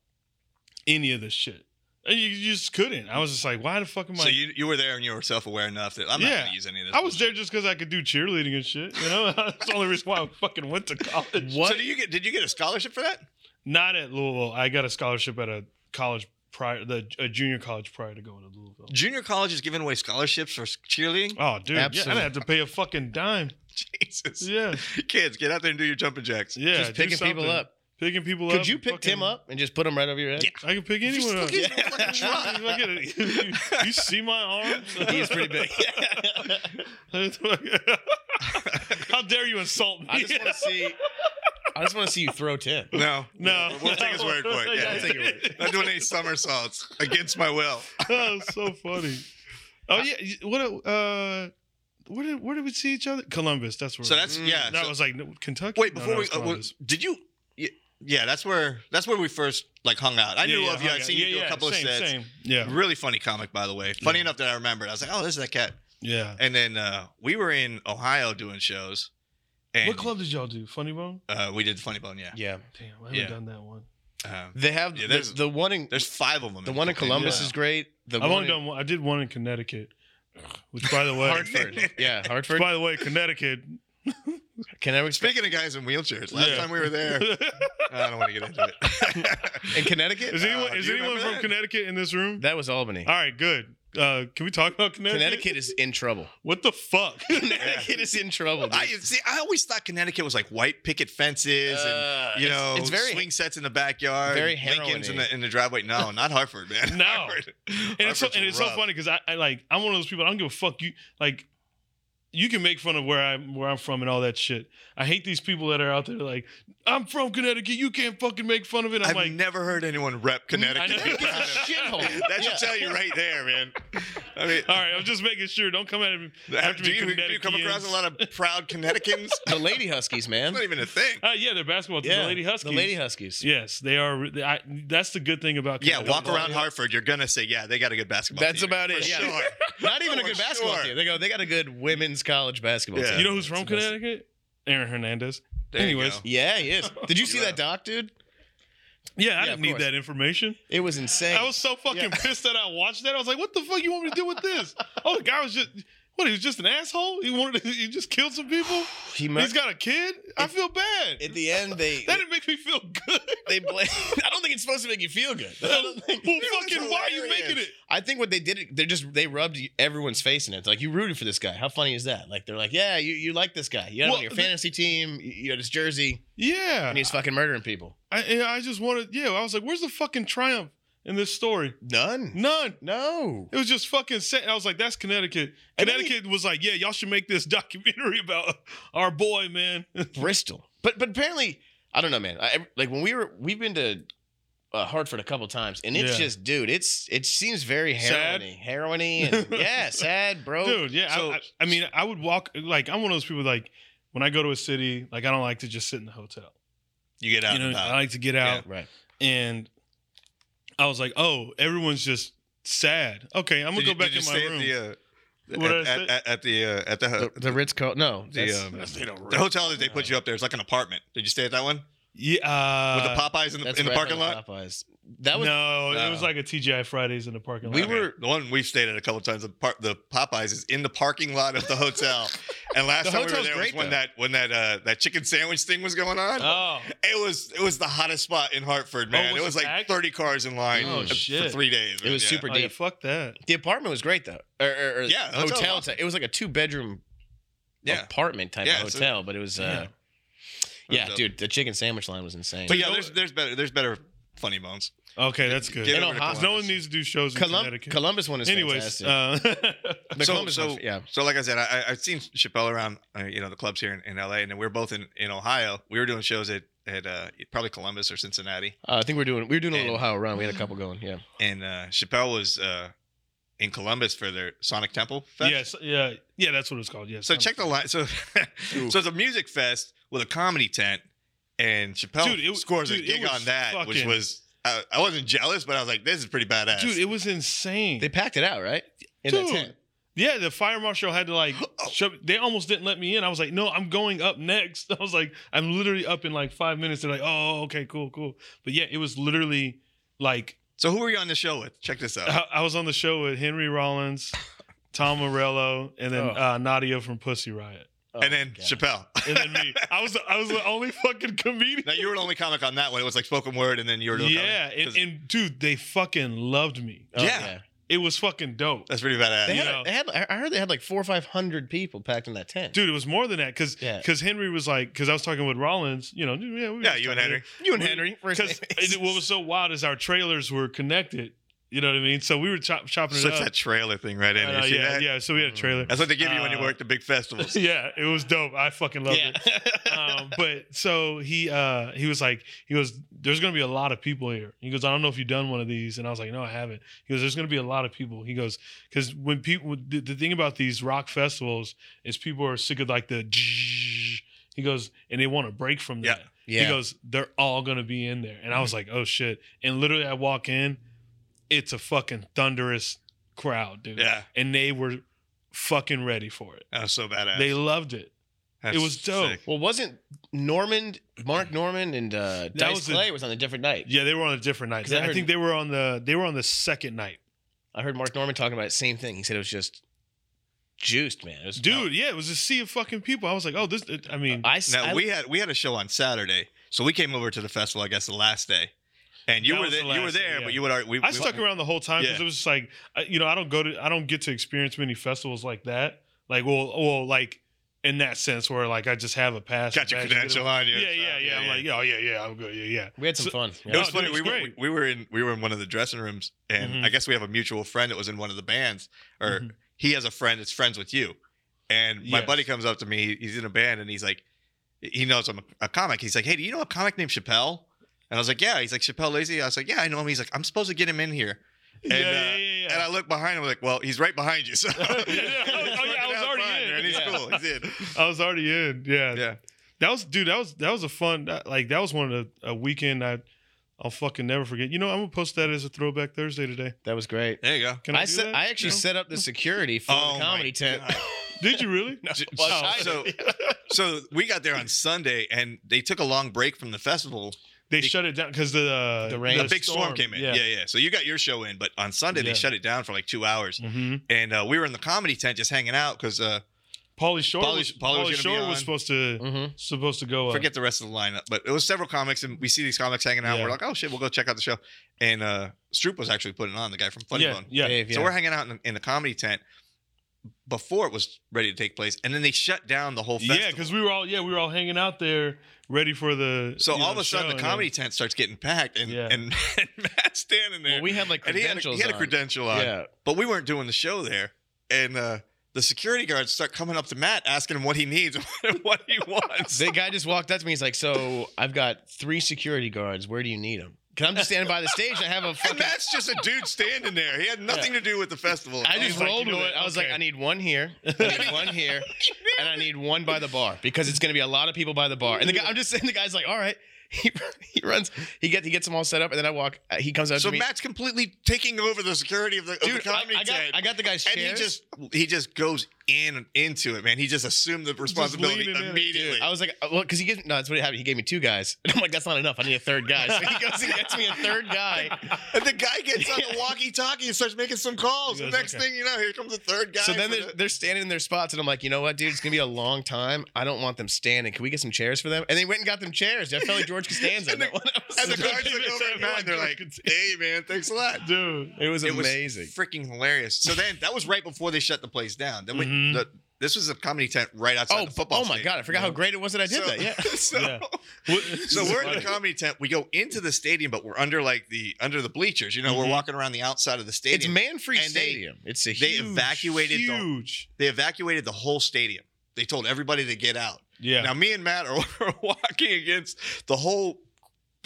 Speaker 2: any of this shit. You, you just couldn't. I was just like, why the fuck am I?
Speaker 3: so you, you were there and you were self aware enough that I'm not
Speaker 2: Yeah.
Speaker 3: going to use any of this.
Speaker 2: I was
Speaker 3: bullshit.
Speaker 2: there just because I could do cheerleading and shit. You know, that's the only reason why I fucking went to college.
Speaker 1: What?
Speaker 3: So, do you get, did you get a scholarship for that?
Speaker 2: Not at Louisville. I got a scholarship at a college prior, the a junior college prior to going to Louisville.
Speaker 3: Junior college is giving away scholarships for cheerleading?
Speaker 2: Oh, dude, yeah, I didn't
Speaker 1: Absolutely.
Speaker 2: have to pay a fucking dime.
Speaker 3: Jesus.
Speaker 2: Yeah,
Speaker 3: Kids, get out there and do your jumping jacks.
Speaker 2: yeah.
Speaker 1: just
Speaker 2: do
Speaker 1: picking people
Speaker 2: something.
Speaker 1: up.
Speaker 2: Picking people up.
Speaker 1: Could you
Speaker 2: and
Speaker 1: pick
Speaker 2: fucking-
Speaker 1: Tim up and just put him right over your head?
Speaker 3: Yeah.
Speaker 2: I can pick anyone up.
Speaker 3: Just fucking- fucking try.
Speaker 2: Look at it. You, see my arms?
Speaker 1: He's pretty big.
Speaker 2: How dare you insult me?
Speaker 1: I just want to see. I just want to see you throw Tim.
Speaker 3: No.
Speaker 2: no,
Speaker 3: We'll take his word for it. Yeah,
Speaker 1: we'll take his word.
Speaker 3: Not doing any somersaults against my will.
Speaker 2: that was so funny. Oh yeah, you- what? Uh, where did where did we see each other? Columbus. That's where.
Speaker 3: So
Speaker 2: we-
Speaker 3: that's
Speaker 1: Mm,
Speaker 3: yeah.
Speaker 2: that
Speaker 3: so-
Speaker 2: was like no, Kentucky.
Speaker 3: wait
Speaker 2: No,
Speaker 3: before
Speaker 2: that
Speaker 3: we
Speaker 2: was
Speaker 3: uh, well,
Speaker 2: Columbus.
Speaker 3: did you? y- Yeah, that's where that's where we first like hung out. I knew
Speaker 2: yeah,
Speaker 3: of you.
Speaker 2: hung
Speaker 3: I'd
Speaker 2: out.
Speaker 3: seen
Speaker 2: Yeah,
Speaker 3: you do
Speaker 2: yeah,
Speaker 3: a couple
Speaker 2: same,
Speaker 3: of sets.
Speaker 2: Same. Yeah,
Speaker 3: Really funny comic, by the way. Funny
Speaker 2: Yeah.
Speaker 3: enough that I remembered. I was like, oh, this is that cat.
Speaker 2: yeah.
Speaker 3: And then uh, we were in Ohio doing shows. And,
Speaker 2: What club did y'all do? Funny Bone.
Speaker 3: Uh, we did Funny Bone. Yeah.
Speaker 1: Yeah,
Speaker 2: Damn, I haven't
Speaker 3: Yeah.
Speaker 2: done that one.
Speaker 3: Um,
Speaker 1: they have
Speaker 3: Yeah,
Speaker 1: the,
Speaker 3: there's-
Speaker 1: the one in
Speaker 3: there's five of them.
Speaker 1: the one in Columbus
Speaker 2: Yeah.
Speaker 1: is great. The
Speaker 2: I've
Speaker 1: one
Speaker 2: only
Speaker 1: in,
Speaker 2: done one. I did one in Connecticut, which by the way,
Speaker 3: Hartford.
Speaker 1: yeah Hartford.
Speaker 2: by the way, Connecticut.
Speaker 1: Can I explain
Speaker 3: Speaking of guys in wheelchairs, last
Speaker 2: Yeah.
Speaker 3: time we were there, I don't want to get into it.
Speaker 1: in Connecticut?
Speaker 2: Is anyone
Speaker 3: Uh,
Speaker 2: is
Speaker 3: do you
Speaker 2: anyone
Speaker 3: remember
Speaker 2: from
Speaker 3: that?
Speaker 2: Connecticut in this room?
Speaker 1: That was Albany.
Speaker 2: All right, good. Uh, can we talk about Connecticut?
Speaker 1: Connecticut is in trouble.
Speaker 2: What the fuck?
Speaker 1: Connecticut is in trouble.
Speaker 3: I
Speaker 1: dude.
Speaker 3: see. I always thought Connecticut was like white picket fences and
Speaker 1: Uh,
Speaker 3: you know
Speaker 1: it's, it's very
Speaker 3: swing sets in the backyard,
Speaker 1: very
Speaker 3: Lincolns in
Speaker 1: heroin-y.
Speaker 3: the in the driveway. No, not Hartford, man.
Speaker 2: No.
Speaker 3: Hartford.
Speaker 2: and it's so,
Speaker 3: Hartford's
Speaker 2: and it's so
Speaker 3: rough.
Speaker 2: funny because I, I like I'm one of those people. I don't give a fuck. You like, you can make fun of where I'm where I'm from and all that shit. I hate these people that are out there like I'm from Connecticut. You can't fucking make fun of it. I'm
Speaker 3: I've
Speaker 2: like,
Speaker 3: never heard anyone rep Connecticut.
Speaker 2: I know.
Speaker 1: Connecticut's a shithole.
Speaker 3: that should tell you right there, man. I mean,
Speaker 2: all right, I'm just making sure. Don't come at me. after
Speaker 3: do,
Speaker 2: me
Speaker 3: you, do you come across
Speaker 2: Connecticutans.
Speaker 3: a lot of proud Connecticutans?
Speaker 1: the Lady Huskies, man.
Speaker 3: It's not even a thing.
Speaker 2: Uh, yeah, they're basketball team, the Lady Huskies.
Speaker 1: The Lady Huskies.
Speaker 2: yes, they are. They, I, that's the good thing about
Speaker 3: Yeah,
Speaker 2: Connecticut.
Speaker 3: walk around Hartford, you're gonna say, yeah, they got a good basketball.
Speaker 1: That's
Speaker 3: team.
Speaker 1: about it,
Speaker 3: For
Speaker 1: yeah.
Speaker 3: Sure.
Speaker 1: Not even a
Speaker 3: Oh,
Speaker 1: good basketball
Speaker 3: sure.
Speaker 1: team. They go. They got a good women's college basketball
Speaker 3: Yeah.
Speaker 1: team.
Speaker 2: You know who's
Speaker 1: That's
Speaker 2: from
Speaker 1: the best-
Speaker 2: Connecticut? Aaron Hernandez.
Speaker 3: There you
Speaker 2: Anyways.
Speaker 3: go.
Speaker 1: Yeah, he is. Did you see
Speaker 3: Yeah.
Speaker 1: that doc, dude?
Speaker 2: Yeah, I
Speaker 1: Yeah,
Speaker 2: didn't
Speaker 1: of
Speaker 2: need
Speaker 1: course.
Speaker 2: that information.
Speaker 1: It was insane.
Speaker 2: I was so fucking
Speaker 1: Yeah.
Speaker 2: pissed that I watched that. I was like, "What the fuck you want me to do with this?" Oh, the guy was just what? He was just an asshole. He wanted to, he just killed some people.
Speaker 1: he mur-
Speaker 2: He's got a kid. I
Speaker 1: It-
Speaker 2: feel bad.
Speaker 1: at the end they
Speaker 2: that didn't make me feel good.
Speaker 1: they blame. I don't think it's supposed to make you feel good. I
Speaker 2: well,
Speaker 1: don't think-
Speaker 2: fucking, why are you
Speaker 3: hilarious.
Speaker 2: making it?
Speaker 1: I think what they did, they're just they rubbed everyone's face in it. Like you rooted for this guy. How funny is that? Like they're like, yeah, you, you like this guy. You had him
Speaker 2: Well,
Speaker 1: on your
Speaker 2: the-
Speaker 1: fantasy team. You you had his jersey,
Speaker 2: Yeah,
Speaker 1: and he's fucking murdering people.
Speaker 2: I, and I just wanted. Yeah, I was like, "Where's the fucking triumph in this story?"
Speaker 1: None.
Speaker 2: None.
Speaker 1: No.
Speaker 2: It was just fucking set. I was like, "That's Connecticut."
Speaker 1: And then he-
Speaker 2: Connecticut was like, "Yeah, y'all should make this documentary about our boy, man."
Speaker 1: Bristol. But but apparently, I don't know, man. I, like when we were, we've been to uh, Hartford a couple times, and it's
Speaker 2: Yeah.
Speaker 1: just, dude, it's it seems very
Speaker 2: Sad?
Speaker 1: heroiny, heroiny, and yeah, sad, bro.
Speaker 2: dude yeah I-
Speaker 1: So-
Speaker 2: I, I mean i would walk like i'm one of those people like when i go to a city like i don't like to just sit in the hotel
Speaker 3: You get out.
Speaker 2: you know
Speaker 3: and
Speaker 2: i
Speaker 3: about.
Speaker 2: like to get out
Speaker 1: Right.
Speaker 2: and i was like oh everyone's just sad okay i'm gonna
Speaker 3: Did
Speaker 2: go
Speaker 3: you-
Speaker 2: back
Speaker 3: did you
Speaker 2: in my
Speaker 3: stay
Speaker 2: room
Speaker 3: At
Speaker 2: What
Speaker 3: the, uh,
Speaker 2: did I
Speaker 3: at,
Speaker 2: say?
Speaker 3: at, at, at the uh, at the, ho-
Speaker 1: The, the Ritz Carlton. No.
Speaker 3: the,
Speaker 1: that's-
Speaker 3: um,
Speaker 2: That's- they don't
Speaker 3: the hotel that they put you up there is like an apartment. Did you stay at that one
Speaker 2: yeah
Speaker 3: with
Speaker 2: uh,
Speaker 3: the Popeyes in the,
Speaker 1: that's
Speaker 3: in the
Speaker 1: right by
Speaker 3: parking lot?
Speaker 1: Popeyes. That was
Speaker 2: no, it
Speaker 3: no.
Speaker 2: was like a tgi fridays in the parking lot
Speaker 1: We
Speaker 3: Okay.
Speaker 1: were-
Speaker 3: the one we've stayed at a couple times. The, par- the Popeyes is in the parking lot of the hotel. And last
Speaker 1: The
Speaker 3: time we were
Speaker 1: hotel's
Speaker 3: there was
Speaker 1: great,
Speaker 3: when
Speaker 1: though.
Speaker 3: that when that uh, that chicken sandwich thing was going on.
Speaker 2: oh
Speaker 3: It was it was the hottest spot in Hartford, man.
Speaker 2: was
Speaker 3: it was
Speaker 2: it
Speaker 3: like
Speaker 2: packed?
Speaker 3: 30 cars in line
Speaker 1: Oh,
Speaker 3: uh, for
Speaker 2: shit.
Speaker 3: three days.
Speaker 1: It was
Speaker 3: Yeah.
Speaker 1: super
Speaker 2: Oh,
Speaker 1: deep.
Speaker 2: yeah, fuck that.
Speaker 1: the apartment was great though. Or, or, or
Speaker 3: Yeah, hotel
Speaker 1: hotel.
Speaker 3: was
Speaker 1: type- it was like a two bedroom
Speaker 3: Yeah.
Speaker 1: apartment type
Speaker 3: Yeah,
Speaker 1: of
Speaker 3: so-
Speaker 1: hotel, but it was.
Speaker 2: Yeah.
Speaker 1: uh
Speaker 3: was
Speaker 1: yeah,
Speaker 3: dope.
Speaker 1: dude, the chicken sandwich line was insane.
Speaker 3: But
Speaker 2: You
Speaker 3: yeah,
Speaker 2: know
Speaker 3: there's
Speaker 2: what?
Speaker 3: there's better there's better funny bones.
Speaker 2: Okay, that's good.
Speaker 3: Get
Speaker 1: In
Speaker 3: over to
Speaker 1: Ohio-
Speaker 3: Columbus.
Speaker 2: No one needs to do shows in
Speaker 1: Colum-
Speaker 2: Connecticut.
Speaker 1: Columbus one is
Speaker 2: Anyways,
Speaker 1: fantastic.
Speaker 2: uh,
Speaker 1: The
Speaker 3: So-
Speaker 1: Columbus
Speaker 3: so-
Speaker 1: one, yeah.
Speaker 3: So like I said, I, I- I've seen Chappelle around, uh, you know, the clubs here in, in LA, and then we were both in, in Ohio. We were doing shows at at uh, probably Columbus or Cincinnati,
Speaker 1: Uh, I think we're doing we were doing a little
Speaker 3: And-
Speaker 1: Ohio run. We had a couple going. Yeah,
Speaker 2: Mm.
Speaker 3: and uh, Chappelle was uh, in Columbus for their Sonic Temple Fest.
Speaker 2: yes, yeah, yeah, that's what it's called. Yes.
Speaker 3: So check the line. So
Speaker 1: Ooh.
Speaker 3: so it's a music fest with a comedy tent, and Chappelle
Speaker 2: Dude, it-
Speaker 3: scores
Speaker 2: dude,
Speaker 3: a
Speaker 2: it
Speaker 3: gig
Speaker 2: was
Speaker 3: on that, which
Speaker 2: fucking-
Speaker 3: was I, I wasn't jealous, but I was like, this is pretty badass.
Speaker 2: dude. It was insane.
Speaker 1: they packed it out right. In that
Speaker 2: Dude.
Speaker 1: tent.
Speaker 2: Yeah, the fire marshal had to like.
Speaker 3: Oh.
Speaker 2: shove they almost didn't let me in. I was like, no, I'm going up next. I was like, I'm literally up in like five minutes. They're like, oh, okay, cool, cool. But yeah, it was literally like
Speaker 3: so who were you on the show with? Check this out.
Speaker 2: I, I was on the show with Henry Rollins, Tom Morello, and then
Speaker 3: Oh.
Speaker 2: uh, Nadia from Pussy Riot,
Speaker 1: Oh,
Speaker 3: and then
Speaker 1: God.
Speaker 3: Chappelle.
Speaker 2: and then me. I was the, I was the only fucking comedian.
Speaker 3: Now you were the only comic on that one. It was like spoken word, and then you were doing
Speaker 2: Yeah,
Speaker 3: comedy. 'Cause
Speaker 2: and, and dude, they fucking loved me.
Speaker 1: Oh,
Speaker 3: Yeah.
Speaker 2: It was fucking dope,
Speaker 3: that's pretty badass.
Speaker 1: They
Speaker 2: You
Speaker 1: had,
Speaker 2: know.
Speaker 1: they had. I heard they had like four or five hundred people packed in that tent.
Speaker 2: dude. It was more than that because
Speaker 1: Yeah.
Speaker 2: because Henry was like because I was talking with Rollins, you know, yeah, we were
Speaker 3: yeah,
Speaker 2: just
Speaker 3: you and
Speaker 2: talking.
Speaker 3: Henry.
Speaker 1: you and
Speaker 2: we-
Speaker 1: Henry. first
Speaker 2: because
Speaker 1: names.
Speaker 2: what was so wild is our trailers were connected. You know what I mean? So we were chop, chopping it
Speaker 3: Slips
Speaker 2: up.
Speaker 3: that trailer thing right in.
Speaker 2: I know,
Speaker 3: there. You see
Speaker 2: Uh, yeah,
Speaker 3: that?
Speaker 2: yeah. So we had a trailer.
Speaker 3: That's what they give you when you
Speaker 2: Uh,
Speaker 3: work the big festivals.
Speaker 2: yeah, it was dope. I fucking loved
Speaker 1: yeah.
Speaker 2: it. Um, but so he uh, he was like he goes there's gonna be a lot of people here. He goes I don't know if you've done one of these, and I was like no I haven't. He goes there's gonna be a lot of people. He goes because when people the, the thing about these rock festivals is people are sick of like the he goes and they want a break from
Speaker 3: Yeah.
Speaker 2: that.
Speaker 1: yeah.
Speaker 2: He goes, they're all gonna be in there. And I was like, oh shit. And literally I walk in, it's a fucking thunderous crowd, dude.
Speaker 3: Yeah,
Speaker 2: And they were fucking ready for it.
Speaker 3: that was so badass.
Speaker 2: They loved it.
Speaker 3: That's
Speaker 2: it was dope.
Speaker 3: sick.
Speaker 1: well, wasn't Norman, Mark Norman, and uh, Dice
Speaker 2: was the-
Speaker 1: Clay was on a different night.
Speaker 2: Yeah, they were on a different night.
Speaker 1: 'Cause I
Speaker 2: I,
Speaker 1: heard-
Speaker 2: think they were on the they were on the second night.
Speaker 1: I heard Mark Norman talking about the same thing. He said it was just juiced, man. It was
Speaker 2: Dude, yeah, it was a sea of fucking people. I was like, oh, this I mean
Speaker 1: I, s-
Speaker 3: Now
Speaker 1: I-
Speaker 3: we had we had a show on Saturday, so we came over to the festival. I guess the last day, And you
Speaker 2: That
Speaker 3: were
Speaker 2: was
Speaker 3: there,
Speaker 2: the
Speaker 3: you were
Speaker 2: last-
Speaker 3: there,
Speaker 2: yeah.
Speaker 3: but you would. already- We,
Speaker 2: I
Speaker 3: we-
Speaker 2: stuck around the whole time because
Speaker 3: Yeah.
Speaker 2: it was just like I- you know I don't go to I don't get to experience many festivals like that. Like well well like in that sense where like I just have a pass.
Speaker 3: Got your
Speaker 2: badge to get
Speaker 3: credential
Speaker 2: in.
Speaker 3: on you.
Speaker 2: Yeah
Speaker 3: and
Speaker 2: yeah
Speaker 3: stuff.
Speaker 2: yeah. I'm like yeah oh, yeah yeah I'm good yeah yeah.
Speaker 1: We had some
Speaker 2: So-
Speaker 1: fun.
Speaker 3: It
Speaker 1: Yeah.
Speaker 2: No,
Speaker 3: was
Speaker 2: dude,
Speaker 3: funny.
Speaker 2: it's
Speaker 3: we, were,
Speaker 2: great.
Speaker 3: we were in we were in one of the dressing rooms, and
Speaker 2: Mhm.
Speaker 3: I guess we have a mutual friend that was in one of the bands, or
Speaker 2: Mhm.
Speaker 3: he has a friend that's friends with you. And my
Speaker 2: Yes.
Speaker 3: buddy comes up to me. He's in a band, and he's like, he knows I'm a, a comic. He's like, hey, do you know a comic named Chappelle? And I was like, yeah. He's like Chappelle Lazy. I was like, yeah, I know him. He's like, I'm supposed to get him in here. And,
Speaker 2: yeah, yeah,
Speaker 3: uh,
Speaker 2: yeah, yeah.
Speaker 3: And I look behind him, like, well, he's right behind you. So
Speaker 2: Yeah, yeah. Oh, yeah, I was already in.
Speaker 3: And he's
Speaker 1: Yeah.
Speaker 3: cool. He's in.
Speaker 2: I was already in. Yeah.
Speaker 3: Yeah.
Speaker 2: That was dude, that was that was a fun that- like that was one of the a weekend I I'll fucking never forget. You know, I'm gonna post that as a throwback Thursday today.
Speaker 1: That was great.
Speaker 3: There you go.
Speaker 2: Can I,
Speaker 1: I,
Speaker 2: do
Speaker 1: set,
Speaker 2: that?
Speaker 1: I actually
Speaker 2: No?
Speaker 1: set up the security for
Speaker 3: Oh
Speaker 1: the
Speaker 3: my
Speaker 1: comedy tent.
Speaker 3: God.
Speaker 2: Did you really?
Speaker 3: So-
Speaker 1: Well, I
Speaker 3: so, so we got there on Sunday, and they took a long break from the festival.
Speaker 2: They
Speaker 3: The-
Speaker 2: shut it down because the uh,
Speaker 1: The rain.
Speaker 3: The
Speaker 1: The
Speaker 3: big storm, came in. Yeah. yeah, So you got your show in, but on Sunday
Speaker 2: Yeah.
Speaker 3: they shut it down for like two hours,
Speaker 2: hmm
Speaker 3: and uh, we were in the comedy tent just hanging out because uh,
Speaker 2: Paulie Shore.
Speaker 3: Pauly-
Speaker 2: was,
Speaker 3: Pauly was
Speaker 2: Pauly
Speaker 3: gonna be
Speaker 2: Shore was
Speaker 3: on.
Speaker 2: supposed to
Speaker 1: Mhm.
Speaker 2: supposed to go. Uh,
Speaker 3: forget the rest of the lineup. But it was several comics, and we see these comics hanging out.
Speaker 2: Yeah.
Speaker 3: We're like, oh shit, we'll go check out the show. And uh, Stroop was actually putting on the guy from Funny
Speaker 2: yeah,
Speaker 3: Bone.
Speaker 2: yeah.
Speaker 1: Dave,
Speaker 3: So
Speaker 1: yeah.
Speaker 3: we're hanging out in the, in the comedy tent before it was ready to take place, and then they shut down the whole festival.
Speaker 2: Yeah, because we were all yeah we were all hanging out there ready for the.
Speaker 3: So
Speaker 2: you know,
Speaker 3: all of a sudden,
Speaker 2: show,
Speaker 3: the
Speaker 2: and
Speaker 3: comedy tent starts getting packed, and
Speaker 2: Yeah.
Speaker 3: and, and Matt's standing there,
Speaker 1: Well, we had like
Speaker 3: and he had, a, he
Speaker 1: credentials.
Speaker 3: had a
Speaker 1: on.
Speaker 3: credential on,
Speaker 1: Yeah.
Speaker 3: but we weren't doing the show there, and uh, the security guards start coming up to Matt asking him what he needs and what he wants.
Speaker 1: The guy just walked up to me. He's like, "So I've got three security guards. Where do you need them? Because I'm just standing by the stage. and I have a
Speaker 3: and
Speaker 1: fucking.
Speaker 3: Matt's just a dude standing there. He had nothing to do with the festival.
Speaker 1: I
Speaker 2: He's
Speaker 1: just
Speaker 2: like,
Speaker 1: rolled
Speaker 2: "You know
Speaker 1: with it.
Speaker 2: what?
Speaker 1: I was
Speaker 2: Okay."
Speaker 1: Oh, like, I need one here, I need one here, and I need one by the bar because it's going to be a lot of people by the bar. And the guy, I'm just saying, the guy's like, all right. He, he runs. He gets he gets them all set up, and then I walk. uh, He comes out
Speaker 3: so
Speaker 1: to me.
Speaker 3: Matt's completely taking over the security of the, of the
Speaker 1: Dude, I,
Speaker 3: comedy
Speaker 1: I got
Speaker 3: tent.
Speaker 1: I got the guy's
Speaker 3: and he
Speaker 1: chairs.
Speaker 3: just he just goes in into it, man. He just assumed the responsibility
Speaker 2: leaning in.
Speaker 3: immediately.
Speaker 1: I was like, uh, well, because he gave no, that's what happened. He gave me two guys, and I'm like, that's not enough. I need a third guy. So he goes and gets me a third guy.
Speaker 3: And the guy gets on the walkie-talkie and starts making some calls.
Speaker 2: He
Speaker 3: The
Speaker 2: goes,
Speaker 3: next
Speaker 2: "Okay."
Speaker 3: thing you know, here comes the third guy.
Speaker 1: So then
Speaker 3: for
Speaker 1: they're,
Speaker 3: the-
Speaker 1: they're standing in their spots, and I'm like, you know what, dude? It's gonna be a long time. I don't want them standing. Can we get some chairs for them? And they went and got them chairs. I felt like George Costanza. in
Speaker 3: And the-
Speaker 1: that one. I was
Speaker 3: and the
Speaker 1: like-
Speaker 3: guards look over at Matt and they're like, "Hey, man, thanks a lot."
Speaker 2: dude.
Speaker 1: it was
Speaker 3: It was
Speaker 1: amazing.
Speaker 3: freaking hilarious. So then that was right before they shut the place down. Then we,
Speaker 2: Mhm.
Speaker 3: the, this was a comedy tent right outside
Speaker 1: Mm-hmm. oh,
Speaker 3: the football.
Speaker 1: oh my
Speaker 3: stadium.
Speaker 1: god, I forgot how great it was that I did
Speaker 3: so,
Speaker 1: that. Yeah.
Speaker 3: so,
Speaker 2: Yeah.
Speaker 3: so we're in the comedy tent. We go into the stadium, but we're under like the under the bleachers. You know, we're
Speaker 1: Mm-hmm.
Speaker 2: Mhm.
Speaker 3: walking around the outside of the stadium.
Speaker 1: It's man free
Speaker 3: And they-
Speaker 1: stadium. it's a
Speaker 3: they
Speaker 1: huge.
Speaker 3: evacuated the
Speaker 2: huge.
Speaker 3: they evacuated the whole stadium. They told everybody to get out.
Speaker 2: Yeah.
Speaker 3: Now me and Matt are, are walking against the whole,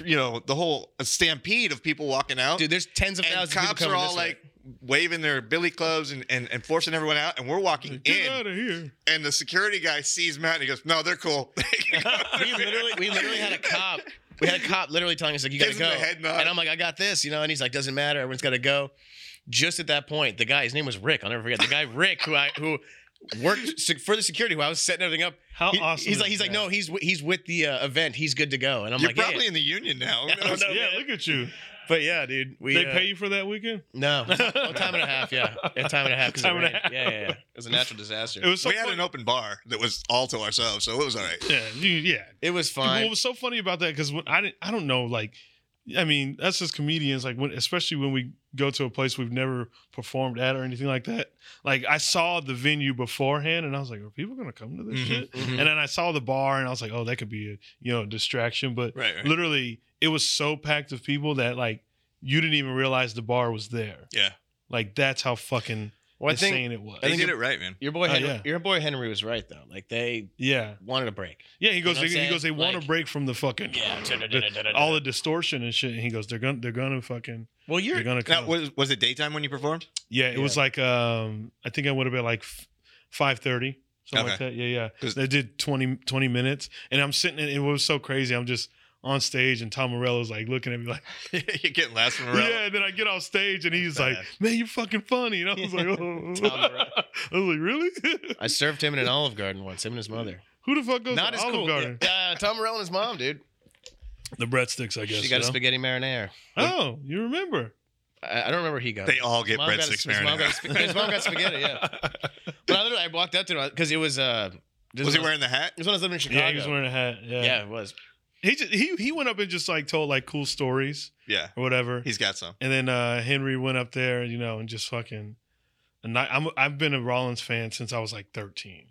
Speaker 3: you know, the whole stampede of people walking out.
Speaker 1: dude, there's tens of
Speaker 3: and
Speaker 1: thousands of people
Speaker 3: cops are
Speaker 1: coming
Speaker 3: all
Speaker 1: this way.
Speaker 3: like waving their billy clubs and, and, and forcing everyone out. And we're walking
Speaker 2: Like, Get
Speaker 3: in,
Speaker 2: out of here.
Speaker 3: and the security guy sees Matt and he goes, "No, they're cool."
Speaker 1: we literally, we literally had a cop. We had a cop literally telling us like, you gotta
Speaker 3: Gives him
Speaker 1: go.
Speaker 3: the head nod.
Speaker 1: And I'm like, I got this, you know. And he's like, doesn't matter. Everyone's got to go. Just at that point, the guy, his name was Rick. I'll never forget the guy Rick who I who worked se- for the security who I was setting everything up.
Speaker 2: How
Speaker 1: He-
Speaker 2: awesome.
Speaker 1: He's like,
Speaker 2: is
Speaker 1: he's like,
Speaker 2: that?
Speaker 1: no, he's w- he's with the uh, event. He's good to go. And I'm
Speaker 3: You're
Speaker 1: like,
Speaker 3: probably
Speaker 1: yeah.
Speaker 3: in the union now. Who
Speaker 1: I don't
Speaker 3: knows?
Speaker 1: know.
Speaker 2: Yeah,
Speaker 1: man.
Speaker 2: look at you.
Speaker 1: but yeah, dude, we
Speaker 2: They
Speaker 1: uh,
Speaker 2: pay you for that weekend?
Speaker 1: no well, time and a half. Yeah, a time and a half. 'cause it
Speaker 2: Time and a
Speaker 1: rained.
Speaker 2: half.
Speaker 1: Yeah, yeah, yeah. It was a natural disaster.
Speaker 2: It was so
Speaker 3: we had
Speaker 2: funny.
Speaker 3: an open bar that was all to ourselves, so it was all right.
Speaker 2: yeah, you, yeah.
Speaker 1: It was
Speaker 2: Well,
Speaker 1: fine.
Speaker 2: What was so funny about that because when I didn't, I don't know, like, I mean, us as comedians, like, when especially when we go to a place we've never performed at or anything like that. Like, I saw the venue beforehand, and I was like, are people gonna come to this
Speaker 3: Mhm,
Speaker 2: shit?
Speaker 1: mhm.
Speaker 2: And then I saw the bar, and I was like, oh, that could be a you know distraction. But
Speaker 3: Right. right.
Speaker 2: literally, it was so packed of people that like you didn't even realize the bar was there.
Speaker 3: Yeah.
Speaker 2: Like that's how fucking
Speaker 1: Well, I
Speaker 2: insane
Speaker 1: think
Speaker 2: it was.
Speaker 1: I
Speaker 3: They
Speaker 1: think
Speaker 3: did
Speaker 1: it-
Speaker 3: it right, man.
Speaker 1: your boy,
Speaker 2: Oh,
Speaker 1: Henry,
Speaker 2: yeah.
Speaker 1: your boy Henry was right though. Like they
Speaker 2: yeah,
Speaker 1: wanted a break.
Speaker 2: yeah. He goes.
Speaker 1: know what I'm
Speaker 2: he goes. They
Speaker 1: saying?
Speaker 2: want to
Speaker 1: Like-
Speaker 2: break from the fucking all the distortion and shit. And he goes, they're gonna, they're gonna fucking,
Speaker 1: Well, you're
Speaker 2: they're gonna
Speaker 3: Now,
Speaker 2: come.
Speaker 3: was, was it daytime when you performed?
Speaker 2: yeah, it was
Speaker 1: Yeah.
Speaker 2: like, um, I think I would have been like five thirty, something like that. Yeah, yeah.
Speaker 3: 'Cause-
Speaker 2: They did 20, 20 minutes, and I'm sitting. in It was so crazy. I'm just on stage, and Tom Morello's like looking at me like,
Speaker 3: You're getting last from
Speaker 2: yeah. And then I get off stage, and he's
Speaker 3: Bad.
Speaker 2: like, man, you're fucking funny. And I was like, oh.
Speaker 1: Tom Morello.
Speaker 2: I was like, really?
Speaker 1: I served him in an Olive Garden once. Him and his mother.
Speaker 2: Who the fuck goes
Speaker 1: Not
Speaker 2: to
Speaker 1: as
Speaker 2: Olive
Speaker 1: cool.
Speaker 2: Garden?
Speaker 1: Yeah, uh, Tom Morello and his mom, dude.
Speaker 2: The breadsticks, I guess.
Speaker 1: She got
Speaker 2: you
Speaker 1: a
Speaker 2: know?
Speaker 1: spaghetti marinara.
Speaker 2: Oh, you remember?
Speaker 1: I, I don't remember he got.
Speaker 3: They all
Speaker 1: His
Speaker 3: get
Speaker 1: mom got
Speaker 3: breadsticks
Speaker 1: a- his mom got a
Speaker 3: marinara.
Speaker 1: sp- His mom got spaghetti. Yeah. But I literally I walked up to him because it was uh. this
Speaker 3: Was he
Speaker 1: when I
Speaker 3: wearing the hat?
Speaker 1: It was when I was living in Chicago.
Speaker 2: Yeah, he was wearing uh, a hat. Yeah.
Speaker 1: Yeah, it was.
Speaker 2: He just he he went up and just like told like cool stories
Speaker 3: Yeah,
Speaker 2: or whatever.
Speaker 3: he's got some.
Speaker 2: And then uh, Henry went up there, you know, and just fucking. And I, I'm, I've been a Rollins fan since I was like 13.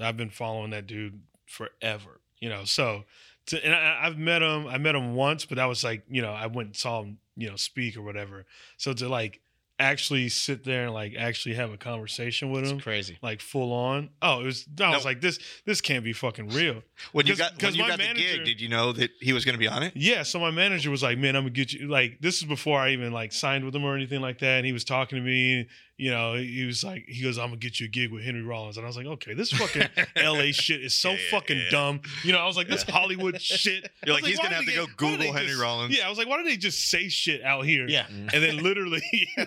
Speaker 2: I've been following that dude forever, you know. So, to, and I, I've met him. I met him once, but that was like, you know, I went and saw him, you know, speak or whatever. So to like actually sit there and like actually have a conversation with him,
Speaker 1: It's crazy.
Speaker 2: like full on. Oh, it was. I was
Speaker 3: No.
Speaker 2: like, this, this can't be fucking real.
Speaker 3: When you
Speaker 2: 'Cause-
Speaker 3: got
Speaker 2: 'cause
Speaker 3: when you
Speaker 2: my
Speaker 3: got the
Speaker 2: manager-
Speaker 3: gig, did you know that he was going to be on it?
Speaker 2: Yeah, so my manager was like, "Man, I'm gonna get you." Like, this is before I even like signed with him or anything like that. And he was talking to me. You know, he was like, "He goes, I'm gonna get you a gig with Henry Rollins," and I was like, "Okay, this fucking L.A. shit is so
Speaker 3: Yeah, yeah,
Speaker 2: fucking
Speaker 3: yeah.
Speaker 2: dumb." You know, I was like, "This Hollywood shit." I
Speaker 3: You're
Speaker 2: was
Speaker 3: like, he's
Speaker 2: why do
Speaker 3: gonna have to
Speaker 2: they
Speaker 3: go
Speaker 2: why do they
Speaker 3: Google Henry
Speaker 2: just-
Speaker 3: Rollins.
Speaker 2: Yeah, I was like, "Why do they just say shit out here?"
Speaker 1: Yeah.
Speaker 2: and then literally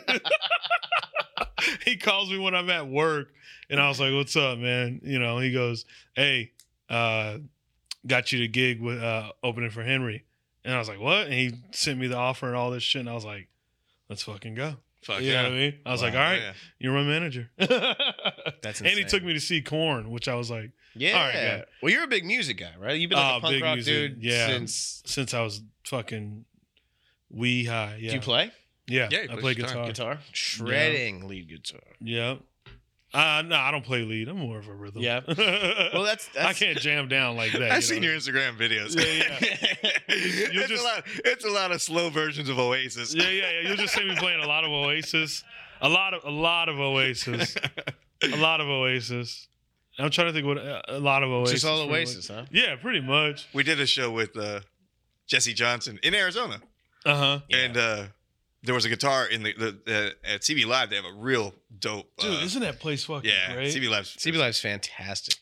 Speaker 2: he calls me when I'm at work and I was like, What's up, man? You know, he goes, Hey, uh, got you the gig with uh opening for Henry. And I was like, What? And he sent me the offer and all this shit, and I was like, Let's fucking go.
Speaker 3: Fuck
Speaker 2: You know what I mean? I was like,
Speaker 1: Wow.
Speaker 2: All right,
Speaker 3: Yeah.
Speaker 2: you're my manager.
Speaker 1: That's
Speaker 2: and he
Speaker 1: insane.
Speaker 2: took me to see Corn, which I was like,
Speaker 1: Yeah.
Speaker 2: All right, yeah.
Speaker 1: Well, you're a big music guy, right? You've been like
Speaker 2: Oh,
Speaker 1: a punk
Speaker 2: big
Speaker 1: rock
Speaker 2: music,
Speaker 1: dude
Speaker 2: yeah.
Speaker 1: since.
Speaker 2: since I was fucking wee high. Yeah. Uh,
Speaker 1: Do you play
Speaker 2: Yeah.
Speaker 3: Yeah, he
Speaker 2: I
Speaker 3: plays
Speaker 2: play
Speaker 3: guitar.
Speaker 2: guitar.
Speaker 1: guitar? Shredding lead guitar.
Speaker 2: Yeah. Uh, no, I don't play lead. I'm more of a rhythm.
Speaker 1: Yeah. Well, that's, that's
Speaker 2: I can't jam down like that.
Speaker 3: I've
Speaker 2: you
Speaker 3: seen
Speaker 2: know?
Speaker 3: your Instagram videos.
Speaker 2: Yeah, You'll
Speaker 3: it's,
Speaker 2: just-
Speaker 3: a lot, it's a lot of slow versions of Oasis.
Speaker 2: Yeah, yeah, yeah. You'll just see me playing a lot of Oasis, a lot of a lot of Oasis, a lot of Oasis. I'm trying to think what uh, a lot of Oasis.
Speaker 1: Just all
Speaker 2: pretty much.
Speaker 1: Oasis, huh?
Speaker 2: Yeah, pretty much.
Speaker 3: We did a show with uh, Jesse Johnson in Arizona,
Speaker 2: Uh huh.
Speaker 1: Yeah.
Speaker 3: and uh, there was a guitar in the, the uh, at CB Live. They have a real dope.
Speaker 2: Dude,
Speaker 3: uh,
Speaker 2: isn't that place fucking
Speaker 3: yeah,
Speaker 2: great?
Speaker 3: CB Live's
Speaker 1: CB Live's fantastic.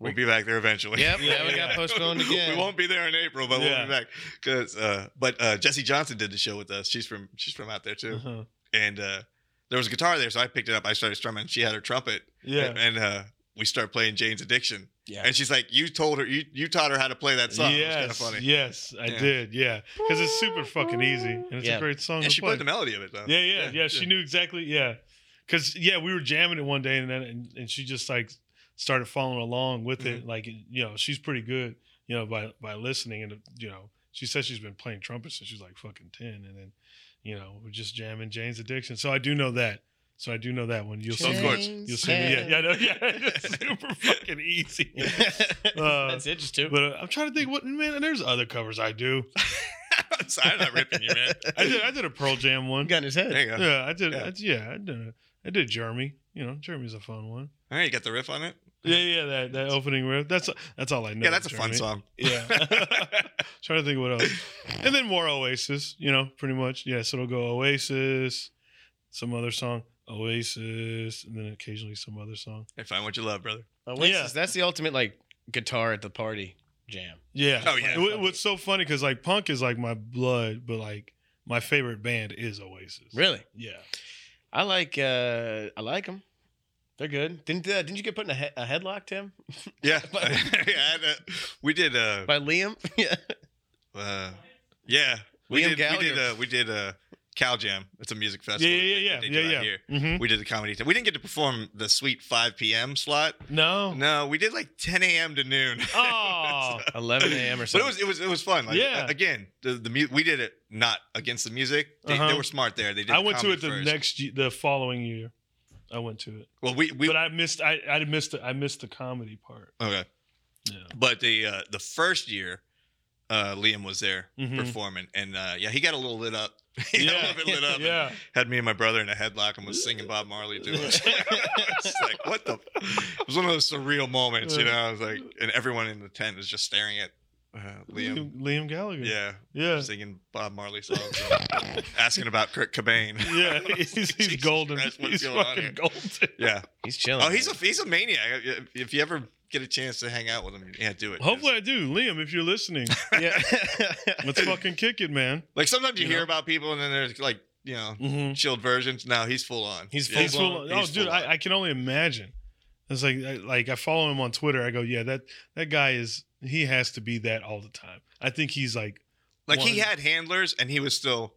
Speaker 3: We'll be back there eventually.
Speaker 1: Yep,
Speaker 2: Yeah,
Speaker 1: that one
Speaker 2: yeah.
Speaker 1: got postponed again.
Speaker 3: we won't be there in April, but we'll
Speaker 2: Yeah.
Speaker 3: be back. Cause, uh, but uh, Jesse Johnson did the show with us. She's from she's from out there too,
Speaker 2: Uh-huh.
Speaker 3: and uh, there was a guitar there, so I picked it up. I started strumming. She had her trumpet,
Speaker 2: Yeah.
Speaker 3: and, and uh, we started playing Jane's Addiction.
Speaker 1: Yeah.
Speaker 3: And she's like, "You told her you you taught her how to play that song." It was kind of
Speaker 2: yes.
Speaker 3: funny.
Speaker 2: Yes, I
Speaker 3: Yeah.
Speaker 2: did. Yeah, because it's super fucking easy, and it's
Speaker 1: Yeah.
Speaker 2: a great song.
Speaker 3: And
Speaker 2: to
Speaker 3: she
Speaker 2: play.
Speaker 3: played the melody of it though.
Speaker 2: Yeah, yeah, yeah. She knew exactly. Yeah, because yeah, we were jamming it one day, and then and, and she just like started following along with it. Like you know, she's pretty good. You know, by by listening, and you know, she said she's been playing trumpet since she was like fucking ten, and then you know, we're just jamming Jane's Addiction. So I do know that. So I do know that one. You'll see.
Speaker 3: Of
Speaker 2: me-
Speaker 3: course.
Speaker 2: You'll see me. Yeah, yeah, I know, yeah. It's super fucking easy. Uh,
Speaker 1: That's it, just two.
Speaker 2: But uh, I'm trying to think what man. There's other covers I do.
Speaker 3: I'm sorry, I'm not ripping you, man.
Speaker 2: I did. I did a Pearl Jam one.
Speaker 1: gun in his head.
Speaker 3: There you go.
Speaker 2: Yeah, I did.
Speaker 3: Yeah.
Speaker 2: Yeah, I, yeah, I did. I did Jeremy. You know, Jeremy's a fun one.
Speaker 3: All right, you got the riff on it.
Speaker 2: Yeah, yeah, that, that opening riff. That's that's all I know.
Speaker 3: yeah, that's a
Speaker 2: of
Speaker 3: fun
Speaker 2: Jeremy.
Speaker 3: song.
Speaker 2: Yeah, trying to think what else. And then more Oasis. You know, pretty much. Yeah, so it'll go Oasis, some other song, Oasis, and then occasionally some other song.
Speaker 3: Hey, find what you love, brother.
Speaker 1: Oasis,
Speaker 2: Yeah.
Speaker 1: That's the ultimate like guitar at the party jam.
Speaker 2: Yeah.
Speaker 3: Oh, yeah.
Speaker 2: Wh- what's so funny because like punk is like my blood, but like my favorite band is Oasis.
Speaker 1: Really,
Speaker 2: Yeah.
Speaker 1: I like uh I like them. They're good. Didn't uh, didn't you get put in a, he- a headlock, Tim,
Speaker 3: Yeah, yeah. I had, uh, we did. Uh,
Speaker 1: by Liam? yeah.
Speaker 3: uh, yeah, we
Speaker 1: Liam
Speaker 3: did. We did.
Speaker 1: Gallagher.
Speaker 3: Uh, we did. Uh, Cal Jam. It's a music
Speaker 2: Yeah,
Speaker 3: festival.
Speaker 2: yeah, yeah,
Speaker 3: that they do
Speaker 2: yeah,
Speaker 3: out
Speaker 2: yeah.
Speaker 3: here.
Speaker 2: yeah. Mm-hmm.
Speaker 3: We did the comedy. Time. We didn't get to perform the sweet 5 p.m. slot.
Speaker 2: No.
Speaker 3: No, we did like 10 a.m. to noon.
Speaker 2: Oh.
Speaker 1: 11 a.m. or
Speaker 3: But it
Speaker 1: something.
Speaker 3: was it was it was fun. Like,
Speaker 2: Yeah.
Speaker 3: uh, Again, the, the mu- we did it not against the music. They, they
Speaker 2: Uh-huh.
Speaker 3: were smart there. They did.
Speaker 2: I
Speaker 3: the
Speaker 2: went to it
Speaker 3: comedy
Speaker 2: the
Speaker 3: first.
Speaker 2: next ye- the following year. I went to it,
Speaker 3: Well, we we
Speaker 2: but I missed. I, I missed. The, I missed the comedy part.
Speaker 3: okay.
Speaker 2: Yeah.
Speaker 3: But the uh, the first year, uh, Liam was there
Speaker 2: Mhm.
Speaker 3: performing, and uh, yeah, he got a little lit up. he got a
Speaker 2: Yeah.
Speaker 3: little bit lit up. and
Speaker 2: Yeah.
Speaker 3: Had me and my brother in a headlock and was singing Bob Marley to us. it's like what the? It was one of those surreal moments, you know. I was like, and everyone in the tent was just staring at uh, Liam.
Speaker 2: Liam, Liam Gallagher.
Speaker 3: Yeah,
Speaker 2: Yeah.
Speaker 3: singing Bob Marley songs, asking about Kurt Cobain.
Speaker 2: Yeah. He's, he's
Speaker 3: Jesus
Speaker 2: golden.
Speaker 3: Christ, what's
Speaker 2: he's
Speaker 3: going on here?
Speaker 2: fucking golden.
Speaker 3: Yeah.
Speaker 1: he's chilling.
Speaker 3: Oh, he's a he's a maniac. If you ever get a chance to hang out with him, you can't do it.
Speaker 2: Hopefully, I do, Liam. If you're listening,
Speaker 1: yeah.
Speaker 2: let's fucking kick it, man.
Speaker 3: like sometimes you,
Speaker 2: you
Speaker 3: hear
Speaker 2: know?
Speaker 3: about people and then there's like you know
Speaker 2: Mm-hmm.
Speaker 3: chilled versions. No, he's full on.
Speaker 1: He's
Speaker 3: Yeah.
Speaker 2: He's
Speaker 1: full
Speaker 2: full.
Speaker 1: blown.
Speaker 2: oh,
Speaker 3: He's
Speaker 2: dude,
Speaker 3: full on.
Speaker 2: I, I can only imagine. It's like I, like I follow him on Twitter. I go, yeah, that that guy is. He has to be that all the time. I think he's like
Speaker 3: like he
Speaker 2: one.
Speaker 3: had handlers and he was still.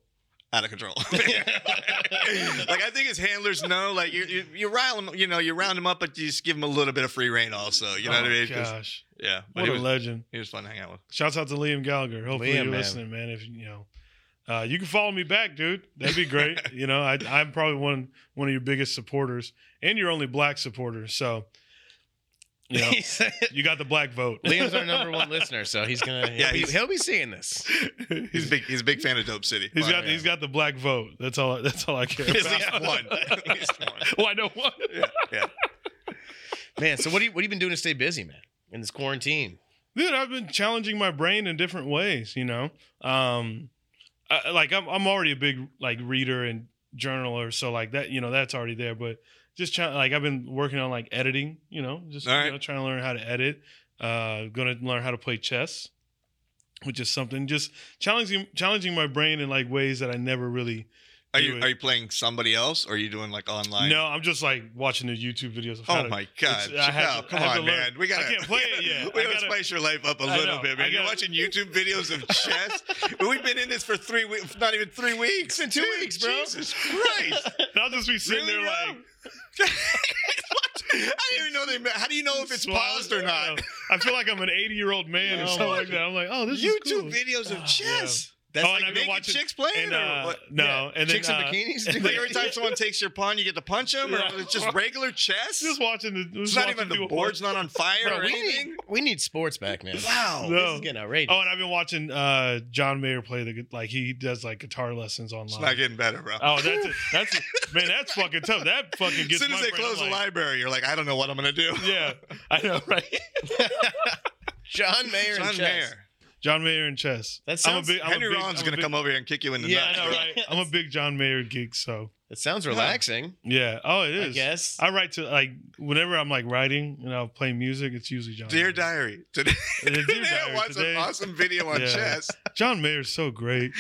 Speaker 3: out of control. like I think his handlers know, like you you, you rile him, you know, you round him up, but you just give him a little bit of free reign. Also, you know
Speaker 2: Oh,
Speaker 3: what I mean? 'Cause-
Speaker 2: Gosh,
Speaker 3: Yeah, but
Speaker 2: what
Speaker 3: he
Speaker 2: a
Speaker 3: was,
Speaker 2: legend!
Speaker 3: he was fun to hang out with.
Speaker 2: Shouts out to Liam Gallagher. Hopefully
Speaker 1: Liam,
Speaker 2: you're
Speaker 1: man.
Speaker 2: listening, man. If you know, uh, you can follow me back, dude. That'd be great. you know, I, I'm probably one one of your biggest supporters and your only black supporter. So, you know,
Speaker 1: He said-
Speaker 2: you got the black vote.
Speaker 1: Liam's our number one listener, so he's gonna. He'll
Speaker 3: Yeah,
Speaker 1: be,
Speaker 3: he's-
Speaker 1: he'll be seeing this.
Speaker 3: He's a big he's a big fan of Dope City.
Speaker 2: He's
Speaker 3: But-
Speaker 2: got he's got the black vote. That's all. That's all I care
Speaker 3: At
Speaker 2: about.
Speaker 3: least one. At least one.
Speaker 2: Well, I know one.
Speaker 1: Man, so what do you what have you been doing to stay busy, man? In this quarantine,
Speaker 2: dude i've been challenging my brain in different ways you know um I, like I'm, I'm already a big like reader and journaler so like that you know that's already there but just trying like i've been working on like editing you know just
Speaker 3: All right.
Speaker 2: you know, trying to learn how to edit uh gonna learn how to play chess which is something just challenging challenging my brain in like ways that i never really
Speaker 3: Are
Speaker 2: Do
Speaker 3: you
Speaker 2: it.
Speaker 3: are you playing somebody else or are you doing like online?
Speaker 2: no i'm just like watching the youtube videos of how
Speaker 3: Oh
Speaker 2: to-
Speaker 3: my God!
Speaker 2: it's- I have
Speaker 3: Chappelle,
Speaker 2: to-
Speaker 3: come
Speaker 2: I have to
Speaker 3: on,
Speaker 2: learn.
Speaker 3: man. We gotta.
Speaker 2: can't play it yet.
Speaker 3: We
Speaker 2: I
Speaker 3: gotta,
Speaker 2: gotta-
Speaker 3: spice your life up a
Speaker 2: I
Speaker 3: little
Speaker 2: know.
Speaker 3: bit, man.
Speaker 2: I
Speaker 3: You're
Speaker 2: gotta-
Speaker 3: watching YouTube videos of chess. We've been in this for three weeks, not even three weeks.
Speaker 1: been two
Speaker 3: Dude,
Speaker 1: weeks, bro.
Speaker 3: Jesus Christ!
Speaker 2: and i'll just be sitting
Speaker 3: Really,
Speaker 2: there
Speaker 3: bro?
Speaker 2: like
Speaker 3: What? I didn't even know they. met. How do you know if it's
Speaker 2: Swallow-
Speaker 3: paused or not?
Speaker 2: I feel like I'm an 80 year old man
Speaker 1: Oh
Speaker 2: or something
Speaker 1: my
Speaker 2: like that. I'm like, oh, this
Speaker 3: YouTube
Speaker 2: is cool. Ah,
Speaker 3: videos of chess. That's
Speaker 2: Oh, and
Speaker 3: like
Speaker 2: I've been
Speaker 3: naked
Speaker 2: watching-
Speaker 3: chicks playing.
Speaker 2: and, uh,
Speaker 3: or what?
Speaker 2: No, and then
Speaker 1: chicks in
Speaker 2: uh,
Speaker 1: bikinis.
Speaker 2: and
Speaker 1: dude.
Speaker 3: Like every time someone takes your pawn, you get to punch them,
Speaker 2: Yeah.
Speaker 3: or it's just regular chess.
Speaker 2: just watching the.
Speaker 3: it's
Speaker 2: just
Speaker 3: not
Speaker 2: watching
Speaker 3: even the
Speaker 2: people-
Speaker 3: board's not on fire
Speaker 1: Bro,
Speaker 3: or
Speaker 1: we need
Speaker 3: anything.
Speaker 1: we need sports back, man.
Speaker 3: Wow.
Speaker 2: No.
Speaker 1: This is getting outrageous.
Speaker 2: Oh, and I've been watching uh, John Mayer play the gu- like he does like guitar lessons
Speaker 3: It's
Speaker 2: online.
Speaker 3: not getting better, bro.
Speaker 2: oh, that's it. That's it. man, that's fucking tough. That fucking
Speaker 3: as
Speaker 2: gets.
Speaker 3: soon as
Speaker 2: my
Speaker 3: they
Speaker 2: brain. I'm
Speaker 3: close the
Speaker 2: like,
Speaker 3: library, you're like, I don't know what I'm gonna do.
Speaker 2: Yeah, I know, right?
Speaker 1: John Mayer
Speaker 3: John
Speaker 1: and chess.
Speaker 3: Mayer.
Speaker 2: John Mayer and chess.
Speaker 1: That
Speaker 2: I'm a
Speaker 1: sounds
Speaker 2: big. I'm
Speaker 3: Henry
Speaker 2: a big, I'm
Speaker 3: Rollins is
Speaker 2: a
Speaker 3: gonna
Speaker 2: big-
Speaker 3: come over here and kick you in the
Speaker 1: Yeah,
Speaker 2: I
Speaker 3: nuts.
Speaker 2: know, right? I'm a big John Mayer geek, so
Speaker 1: It sounds relaxing.
Speaker 2: yeah. Oh, it is.
Speaker 1: I guess.
Speaker 2: I write to like whenever I'm like writing and I'll play music. It's usually John.
Speaker 3: Dear
Speaker 2: Mayer.
Speaker 3: Diary, today,
Speaker 2: Yeah, Dear
Speaker 3: today I
Speaker 2: Diary
Speaker 3: watched
Speaker 2: today.
Speaker 3: an awesome video on
Speaker 2: Yeah.
Speaker 3: chess.
Speaker 2: John Mayer's so great.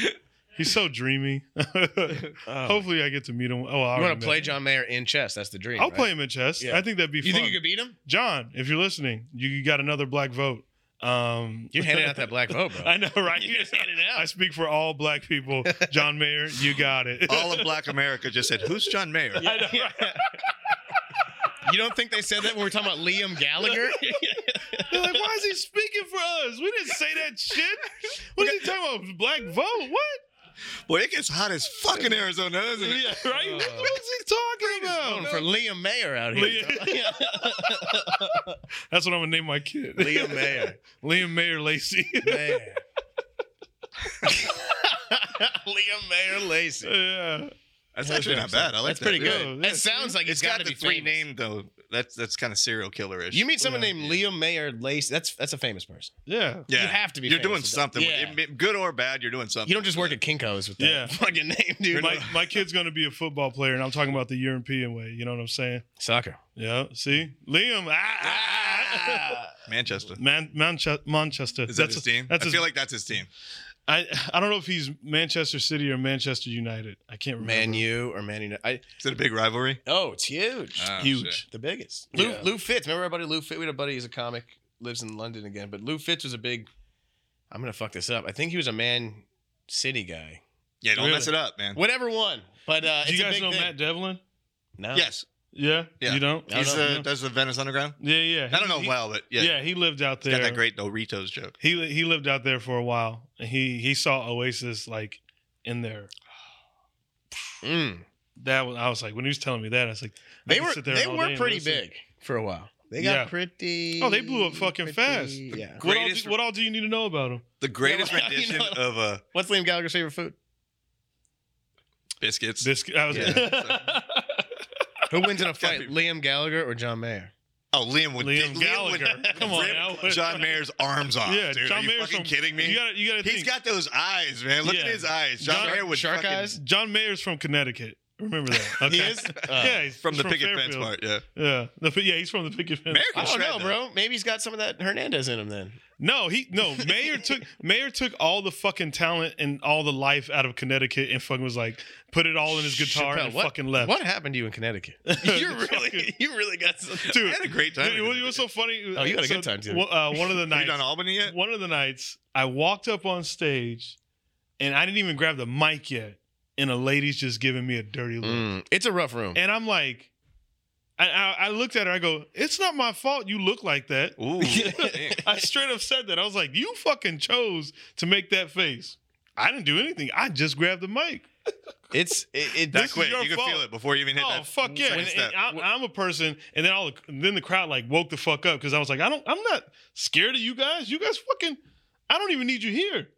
Speaker 2: He's so dreamy.
Speaker 1: Oh.
Speaker 2: Hopefully, I get to meet him. Oh, I
Speaker 1: You
Speaker 2: want
Speaker 1: want to play John Mayer in chess? That's the dream.
Speaker 2: I'll
Speaker 1: right?
Speaker 2: play him in chess.
Speaker 1: Yeah.
Speaker 2: I think that'd be
Speaker 1: You
Speaker 2: fun.
Speaker 1: think you could beat him?
Speaker 2: John, if you're listening, you- you got another black vote. Um,
Speaker 1: You're handing out that black vote, bro.
Speaker 2: I know, right?
Speaker 1: You just handed it out.
Speaker 2: I speak for all black people. John Mayer, you got it.
Speaker 3: All of Black America just said, "Who's John Mayer?"
Speaker 1: Yeah. you don't think they said that when we were talking about Liam Gallagher?
Speaker 2: They're like, why is he speaking for us? We didn't say that shit. What is he talking about? Black vote? What?
Speaker 3: Boy, it gets hot as fuck in Arizona, doesn't it?
Speaker 2: right?
Speaker 1: Uh,
Speaker 2: What's he talking
Speaker 1: Voting
Speaker 2: about?
Speaker 1: for Liam Mayer out here.
Speaker 2: That's what I'm gonna name my kid.
Speaker 1: Liam Mayer.
Speaker 2: Liam Mayer Lacey.
Speaker 1: Man. Liam Mayer Lacey.
Speaker 2: yeah.
Speaker 3: That's
Speaker 1: That's
Speaker 3: actually
Speaker 1: what
Speaker 3: not
Speaker 1: I'm saying.
Speaker 3: bad. I like
Speaker 1: That's
Speaker 3: that.
Speaker 1: pretty
Speaker 3: Yeah.
Speaker 1: good.
Speaker 2: Yeah,
Speaker 1: It sounds like
Speaker 3: it's got,
Speaker 1: to
Speaker 3: the
Speaker 1: be
Speaker 3: three
Speaker 1: famous.
Speaker 3: name though. That's that's kind of serial killerish.
Speaker 1: You meet someone
Speaker 2: Yeah.
Speaker 1: named Liam Mayer Lacey. That's that's a famous person.
Speaker 2: Yeah.
Speaker 1: You
Speaker 3: yeah,
Speaker 1: have to be.
Speaker 3: you're
Speaker 1: famous
Speaker 3: doing
Speaker 1: with that.
Speaker 3: something. with-
Speaker 1: Yeah.
Speaker 3: it- Good or bad, you're doing something.
Speaker 1: You don't just work at Kinkos with that
Speaker 2: Yeah.
Speaker 1: fucking name, dude.
Speaker 2: My, my kid's gonna be a football player, and I'm talking about the European way. You know what I'm saying?
Speaker 1: Soccer.
Speaker 2: Yeah. See, Liam. Ah, ah, ah.
Speaker 3: Manchester.
Speaker 2: Man, Manche- Manchester.
Speaker 3: Is that
Speaker 2: that's
Speaker 3: his
Speaker 2: a-
Speaker 3: team?
Speaker 2: that's
Speaker 3: I
Speaker 2: his-
Speaker 3: feel like that's his team.
Speaker 2: I I don't know if he's Manchester City or Manchester United. I can't remember.
Speaker 1: Man U or Man United. I,
Speaker 3: Is it a big rivalry?
Speaker 1: oh, it's huge.
Speaker 3: Oh,
Speaker 2: Huge.
Speaker 3: shit.
Speaker 1: the biggest.
Speaker 2: Yeah.
Speaker 1: Lou, Lou Fitz. Remember our buddy Lou Fitz? We had a buddy who's a comic, lives in London again. But Lou Fitz was a big. I'm gonna fuck this up. I think he was a Man City guy.
Speaker 3: Yeah, don't
Speaker 2: Really?
Speaker 3: mess it up, man.
Speaker 1: Whatever one, but uh,
Speaker 2: Do
Speaker 1: it's
Speaker 2: you
Speaker 1: a
Speaker 2: guys
Speaker 1: big
Speaker 2: know
Speaker 1: thing.
Speaker 2: Matt Devlin?
Speaker 1: No.
Speaker 3: Yes,
Speaker 2: Yeah.
Speaker 3: Yeah.
Speaker 2: You don't.
Speaker 1: I don't
Speaker 3: he's
Speaker 1: know.
Speaker 3: uh, does the Venice Underground.
Speaker 2: yeah. Yeah.
Speaker 3: I don't know
Speaker 2: He-
Speaker 3: him well, but yeah,
Speaker 2: Yeah. He lived out
Speaker 3: he's
Speaker 2: there.
Speaker 3: got that great Doritos joke.
Speaker 2: He he lived out there for a while. and He he saw Oasis like in there.
Speaker 1: Mm.
Speaker 2: That was, I was like when he was telling me that I was like I
Speaker 1: They
Speaker 2: could
Speaker 1: were
Speaker 2: sit there
Speaker 1: they
Speaker 2: all day
Speaker 1: were
Speaker 2: and
Speaker 1: pretty
Speaker 2: listen.
Speaker 1: big for a while. They got
Speaker 2: Yeah.
Speaker 1: pretty.
Speaker 2: Oh, they blew up fucking fast.
Speaker 1: Yeah.
Speaker 2: What all,
Speaker 3: Greatest-
Speaker 2: do, what all do you need to know about him?
Speaker 3: The greatest
Speaker 1: well, you
Speaker 3: rendition
Speaker 1: know.
Speaker 3: of uh,
Speaker 1: What's Liam Gallagher's favorite food?
Speaker 3: biscuits.
Speaker 2: Biscuit. I was
Speaker 3: Yeah.
Speaker 1: Who wins in a
Speaker 3: Gotta
Speaker 1: fight,
Speaker 3: be-
Speaker 1: Liam Gallagher or John Mayer?
Speaker 3: oh, Liam would
Speaker 2: Liam
Speaker 3: Liam would
Speaker 2: Gallagher. Come on,
Speaker 3: rip
Speaker 2: now.
Speaker 3: John Mayer's arms off.
Speaker 2: Yeah,
Speaker 3: dude.
Speaker 2: John
Speaker 3: Are you
Speaker 2: Mayer's
Speaker 3: fucking
Speaker 2: from-
Speaker 3: kidding me?
Speaker 2: You got you got to
Speaker 3: He's
Speaker 2: think.
Speaker 3: got those eyes, man. Look
Speaker 2: Yeah.
Speaker 3: at his eyes. John
Speaker 2: John-
Speaker 3: Mayer would
Speaker 1: Shark
Speaker 3: fucking,
Speaker 1: eyes.
Speaker 2: John Mayer's from Connecticut. Remember that? Okay.
Speaker 1: He is.
Speaker 2: Yeah, he's
Speaker 3: Uh, from the picket fence
Speaker 2: Fairfield.
Speaker 3: part. Yeah,
Speaker 2: Yeah, the, pi- yeah, he's from the picket fence.
Speaker 3: Mayer
Speaker 1: I
Speaker 3: can
Speaker 1: don't
Speaker 3: shred
Speaker 1: know,
Speaker 3: though.
Speaker 1: bro. Maybe he's got some of that Hernandez in him then.
Speaker 2: No, he no. Mayor took Mayor took all the fucking talent and all the life out of Connecticut and fucking was like put it all in his guitar
Speaker 1: Chappelle,
Speaker 2: and
Speaker 1: what-
Speaker 2: fucking left.
Speaker 1: What happened to you in Connecticut? You really, you really got some.
Speaker 3: I
Speaker 2: Dude,
Speaker 3: had a great time.
Speaker 2: dude, it was, it was so funny.
Speaker 1: Oh, you had a
Speaker 2: So,
Speaker 1: good time, too.
Speaker 2: one- Uh, one of the
Speaker 3: you
Speaker 2: nights,
Speaker 3: done Albany yet?
Speaker 2: one of the nights, I walked up on stage, and I didn't even grab the mic yet, and a lady's just giving me a dirty look.
Speaker 1: Mm, it's a rough room.
Speaker 2: And I'm like, I, I, I looked at her. I go, it's not my fault you look like that.
Speaker 3: Ooh.
Speaker 2: I straight up said that. I was like, you fucking chose to make that face. I didn't do anything. I just grabbed the mic.
Speaker 1: It's it, it
Speaker 3: that
Speaker 2: This is
Speaker 3: quick.
Speaker 2: your
Speaker 3: You can
Speaker 2: fault.
Speaker 3: feel it before you even hit
Speaker 2: oh
Speaker 3: that. mm,
Speaker 2: fuck yeah!
Speaker 3: second
Speaker 2: And,
Speaker 3: step.
Speaker 2: and I, I'm a person, and then all the, and then the crowd like woke the fuck up because I was like, I don't, I'm not scared of you guys. You guys fucking, I don't even need you here.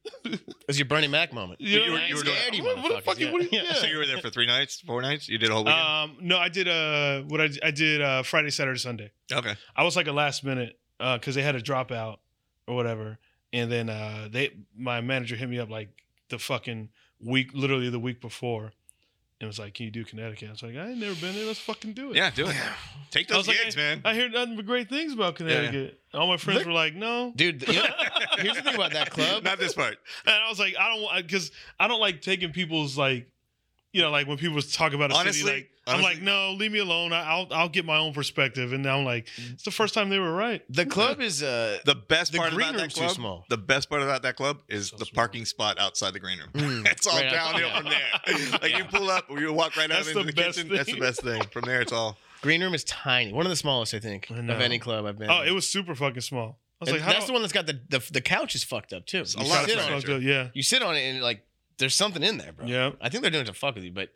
Speaker 1: it's your Bernie Mac moment.
Speaker 2: You
Speaker 3: you
Speaker 2: know,
Speaker 3: were-
Speaker 2: I ain't
Speaker 3: you were doing-
Speaker 2: scared of
Speaker 1: what-
Speaker 2: What, what the
Speaker 1: motherfuckers,
Speaker 2: fuck?
Speaker 1: yeah.
Speaker 2: What do you-
Speaker 1: Yeah.
Speaker 3: so you were there for three nights, four nights. You did a whole weekend.
Speaker 2: Um, no, I did uh, what I I did uh, Friday, Saturday, Sunday.
Speaker 3: okay.
Speaker 2: I was like a last minute because they had a dropout or whatever, and then uh, they my manager hit me up like the fucking week, literally the week before, and was like, "Can you do Connecticut?" I was like, "I ain't never been there. Let's fucking do it."
Speaker 3: Yeah, do it. Take
Speaker 2: I
Speaker 3: those
Speaker 2: was like,
Speaker 3: gigs, man.
Speaker 2: I hear nothing but great things about Connecticut. All my friends
Speaker 1: Look-
Speaker 2: were like, "No,"
Speaker 1: Dude, you know, here's the thing about that club.
Speaker 3: Not this part.
Speaker 2: and I was like, "I don't," because I don't like taking people's like, you know, like when people talk about a
Speaker 3: Honestly,
Speaker 2: city. Like, I'm
Speaker 3: honestly-
Speaker 2: like, "No, leave me alone. I- I'll I'll get my own perspective." And now I'm like, "It's the first time they were right."
Speaker 1: The club is uh
Speaker 3: The best
Speaker 1: the
Speaker 3: part
Speaker 1: green
Speaker 3: about that
Speaker 1: room's too
Speaker 3: club.
Speaker 1: small.
Speaker 3: The best part about that club is
Speaker 2: So
Speaker 3: the
Speaker 2: small.
Speaker 3: parking spot outside the green room.
Speaker 1: Mm.
Speaker 3: It's all
Speaker 1: Right out-
Speaker 3: downhill
Speaker 1: yeah.
Speaker 3: from there. Like you
Speaker 1: Yeah.
Speaker 3: pull up, you walk right out
Speaker 2: That's
Speaker 3: into
Speaker 2: the
Speaker 3: the,
Speaker 2: best
Speaker 3: kitchen. That's the
Speaker 2: thing.
Speaker 3: best thing. From there, it's all.
Speaker 1: Green room is tiny. One of the smallest, I think,
Speaker 2: I know.
Speaker 1: of any club I've been.
Speaker 2: Oh,
Speaker 1: in.
Speaker 2: it was super fucking small. I was
Speaker 1: And
Speaker 2: like, how
Speaker 1: that's
Speaker 2: do-
Speaker 1: the one that's got the the, the couch is fucked up too.
Speaker 3: It's a
Speaker 1: You
Speaker 3: lot of
Speaker 1: sit
Speaker 3: furniture.
Speaker 1: on it.
Speaker 2: Fucked up, Yeah.
Speaker 1: You sit on it and like there's something in there, bro.
Speaker 2: Yeah.
Speaker 1: I think they're doing it to fuck with you, but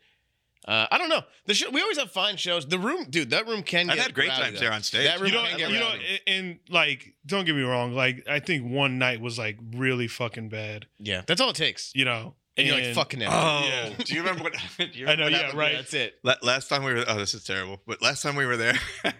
Speaker 1: uh, I don't know. The show, we always have fine shows. The room, dude, that room can.
Speaker 3: I've
Speaker 1: get
Speaker 3: had great
Speaker 1: rowdy,
Speaker 3: times
Speaker 1: though.
Speaker 3: there on stage.
Speaker 1: That room
Speaker 2: You know,
Speaker 1: can get
Speaker 2: you know,
Speaker 1: rowdy.
Speaker 2: and, and, like, don't get me wrong. Like, I think one night was like really fucking bad.
Speaker 1: Yeah, that's all it takes.
Speaker 2: You know,
Speaker 1: And, you're like fucking it.
Speaker 3: Oh,
Speaker 2: Yeah.
Speaker 3: do you remember what? Do you
Speaker 2: I
Speaker 3: remember
Speaker 2: know,
Speaker 3: what
Speaker 2: yeah,
Speaker 3: happened?
Speaker 2: right.
Speaker 1: That's it.
Speaker 3: La- Last time we were, oh, this is terrible. But last time we were there,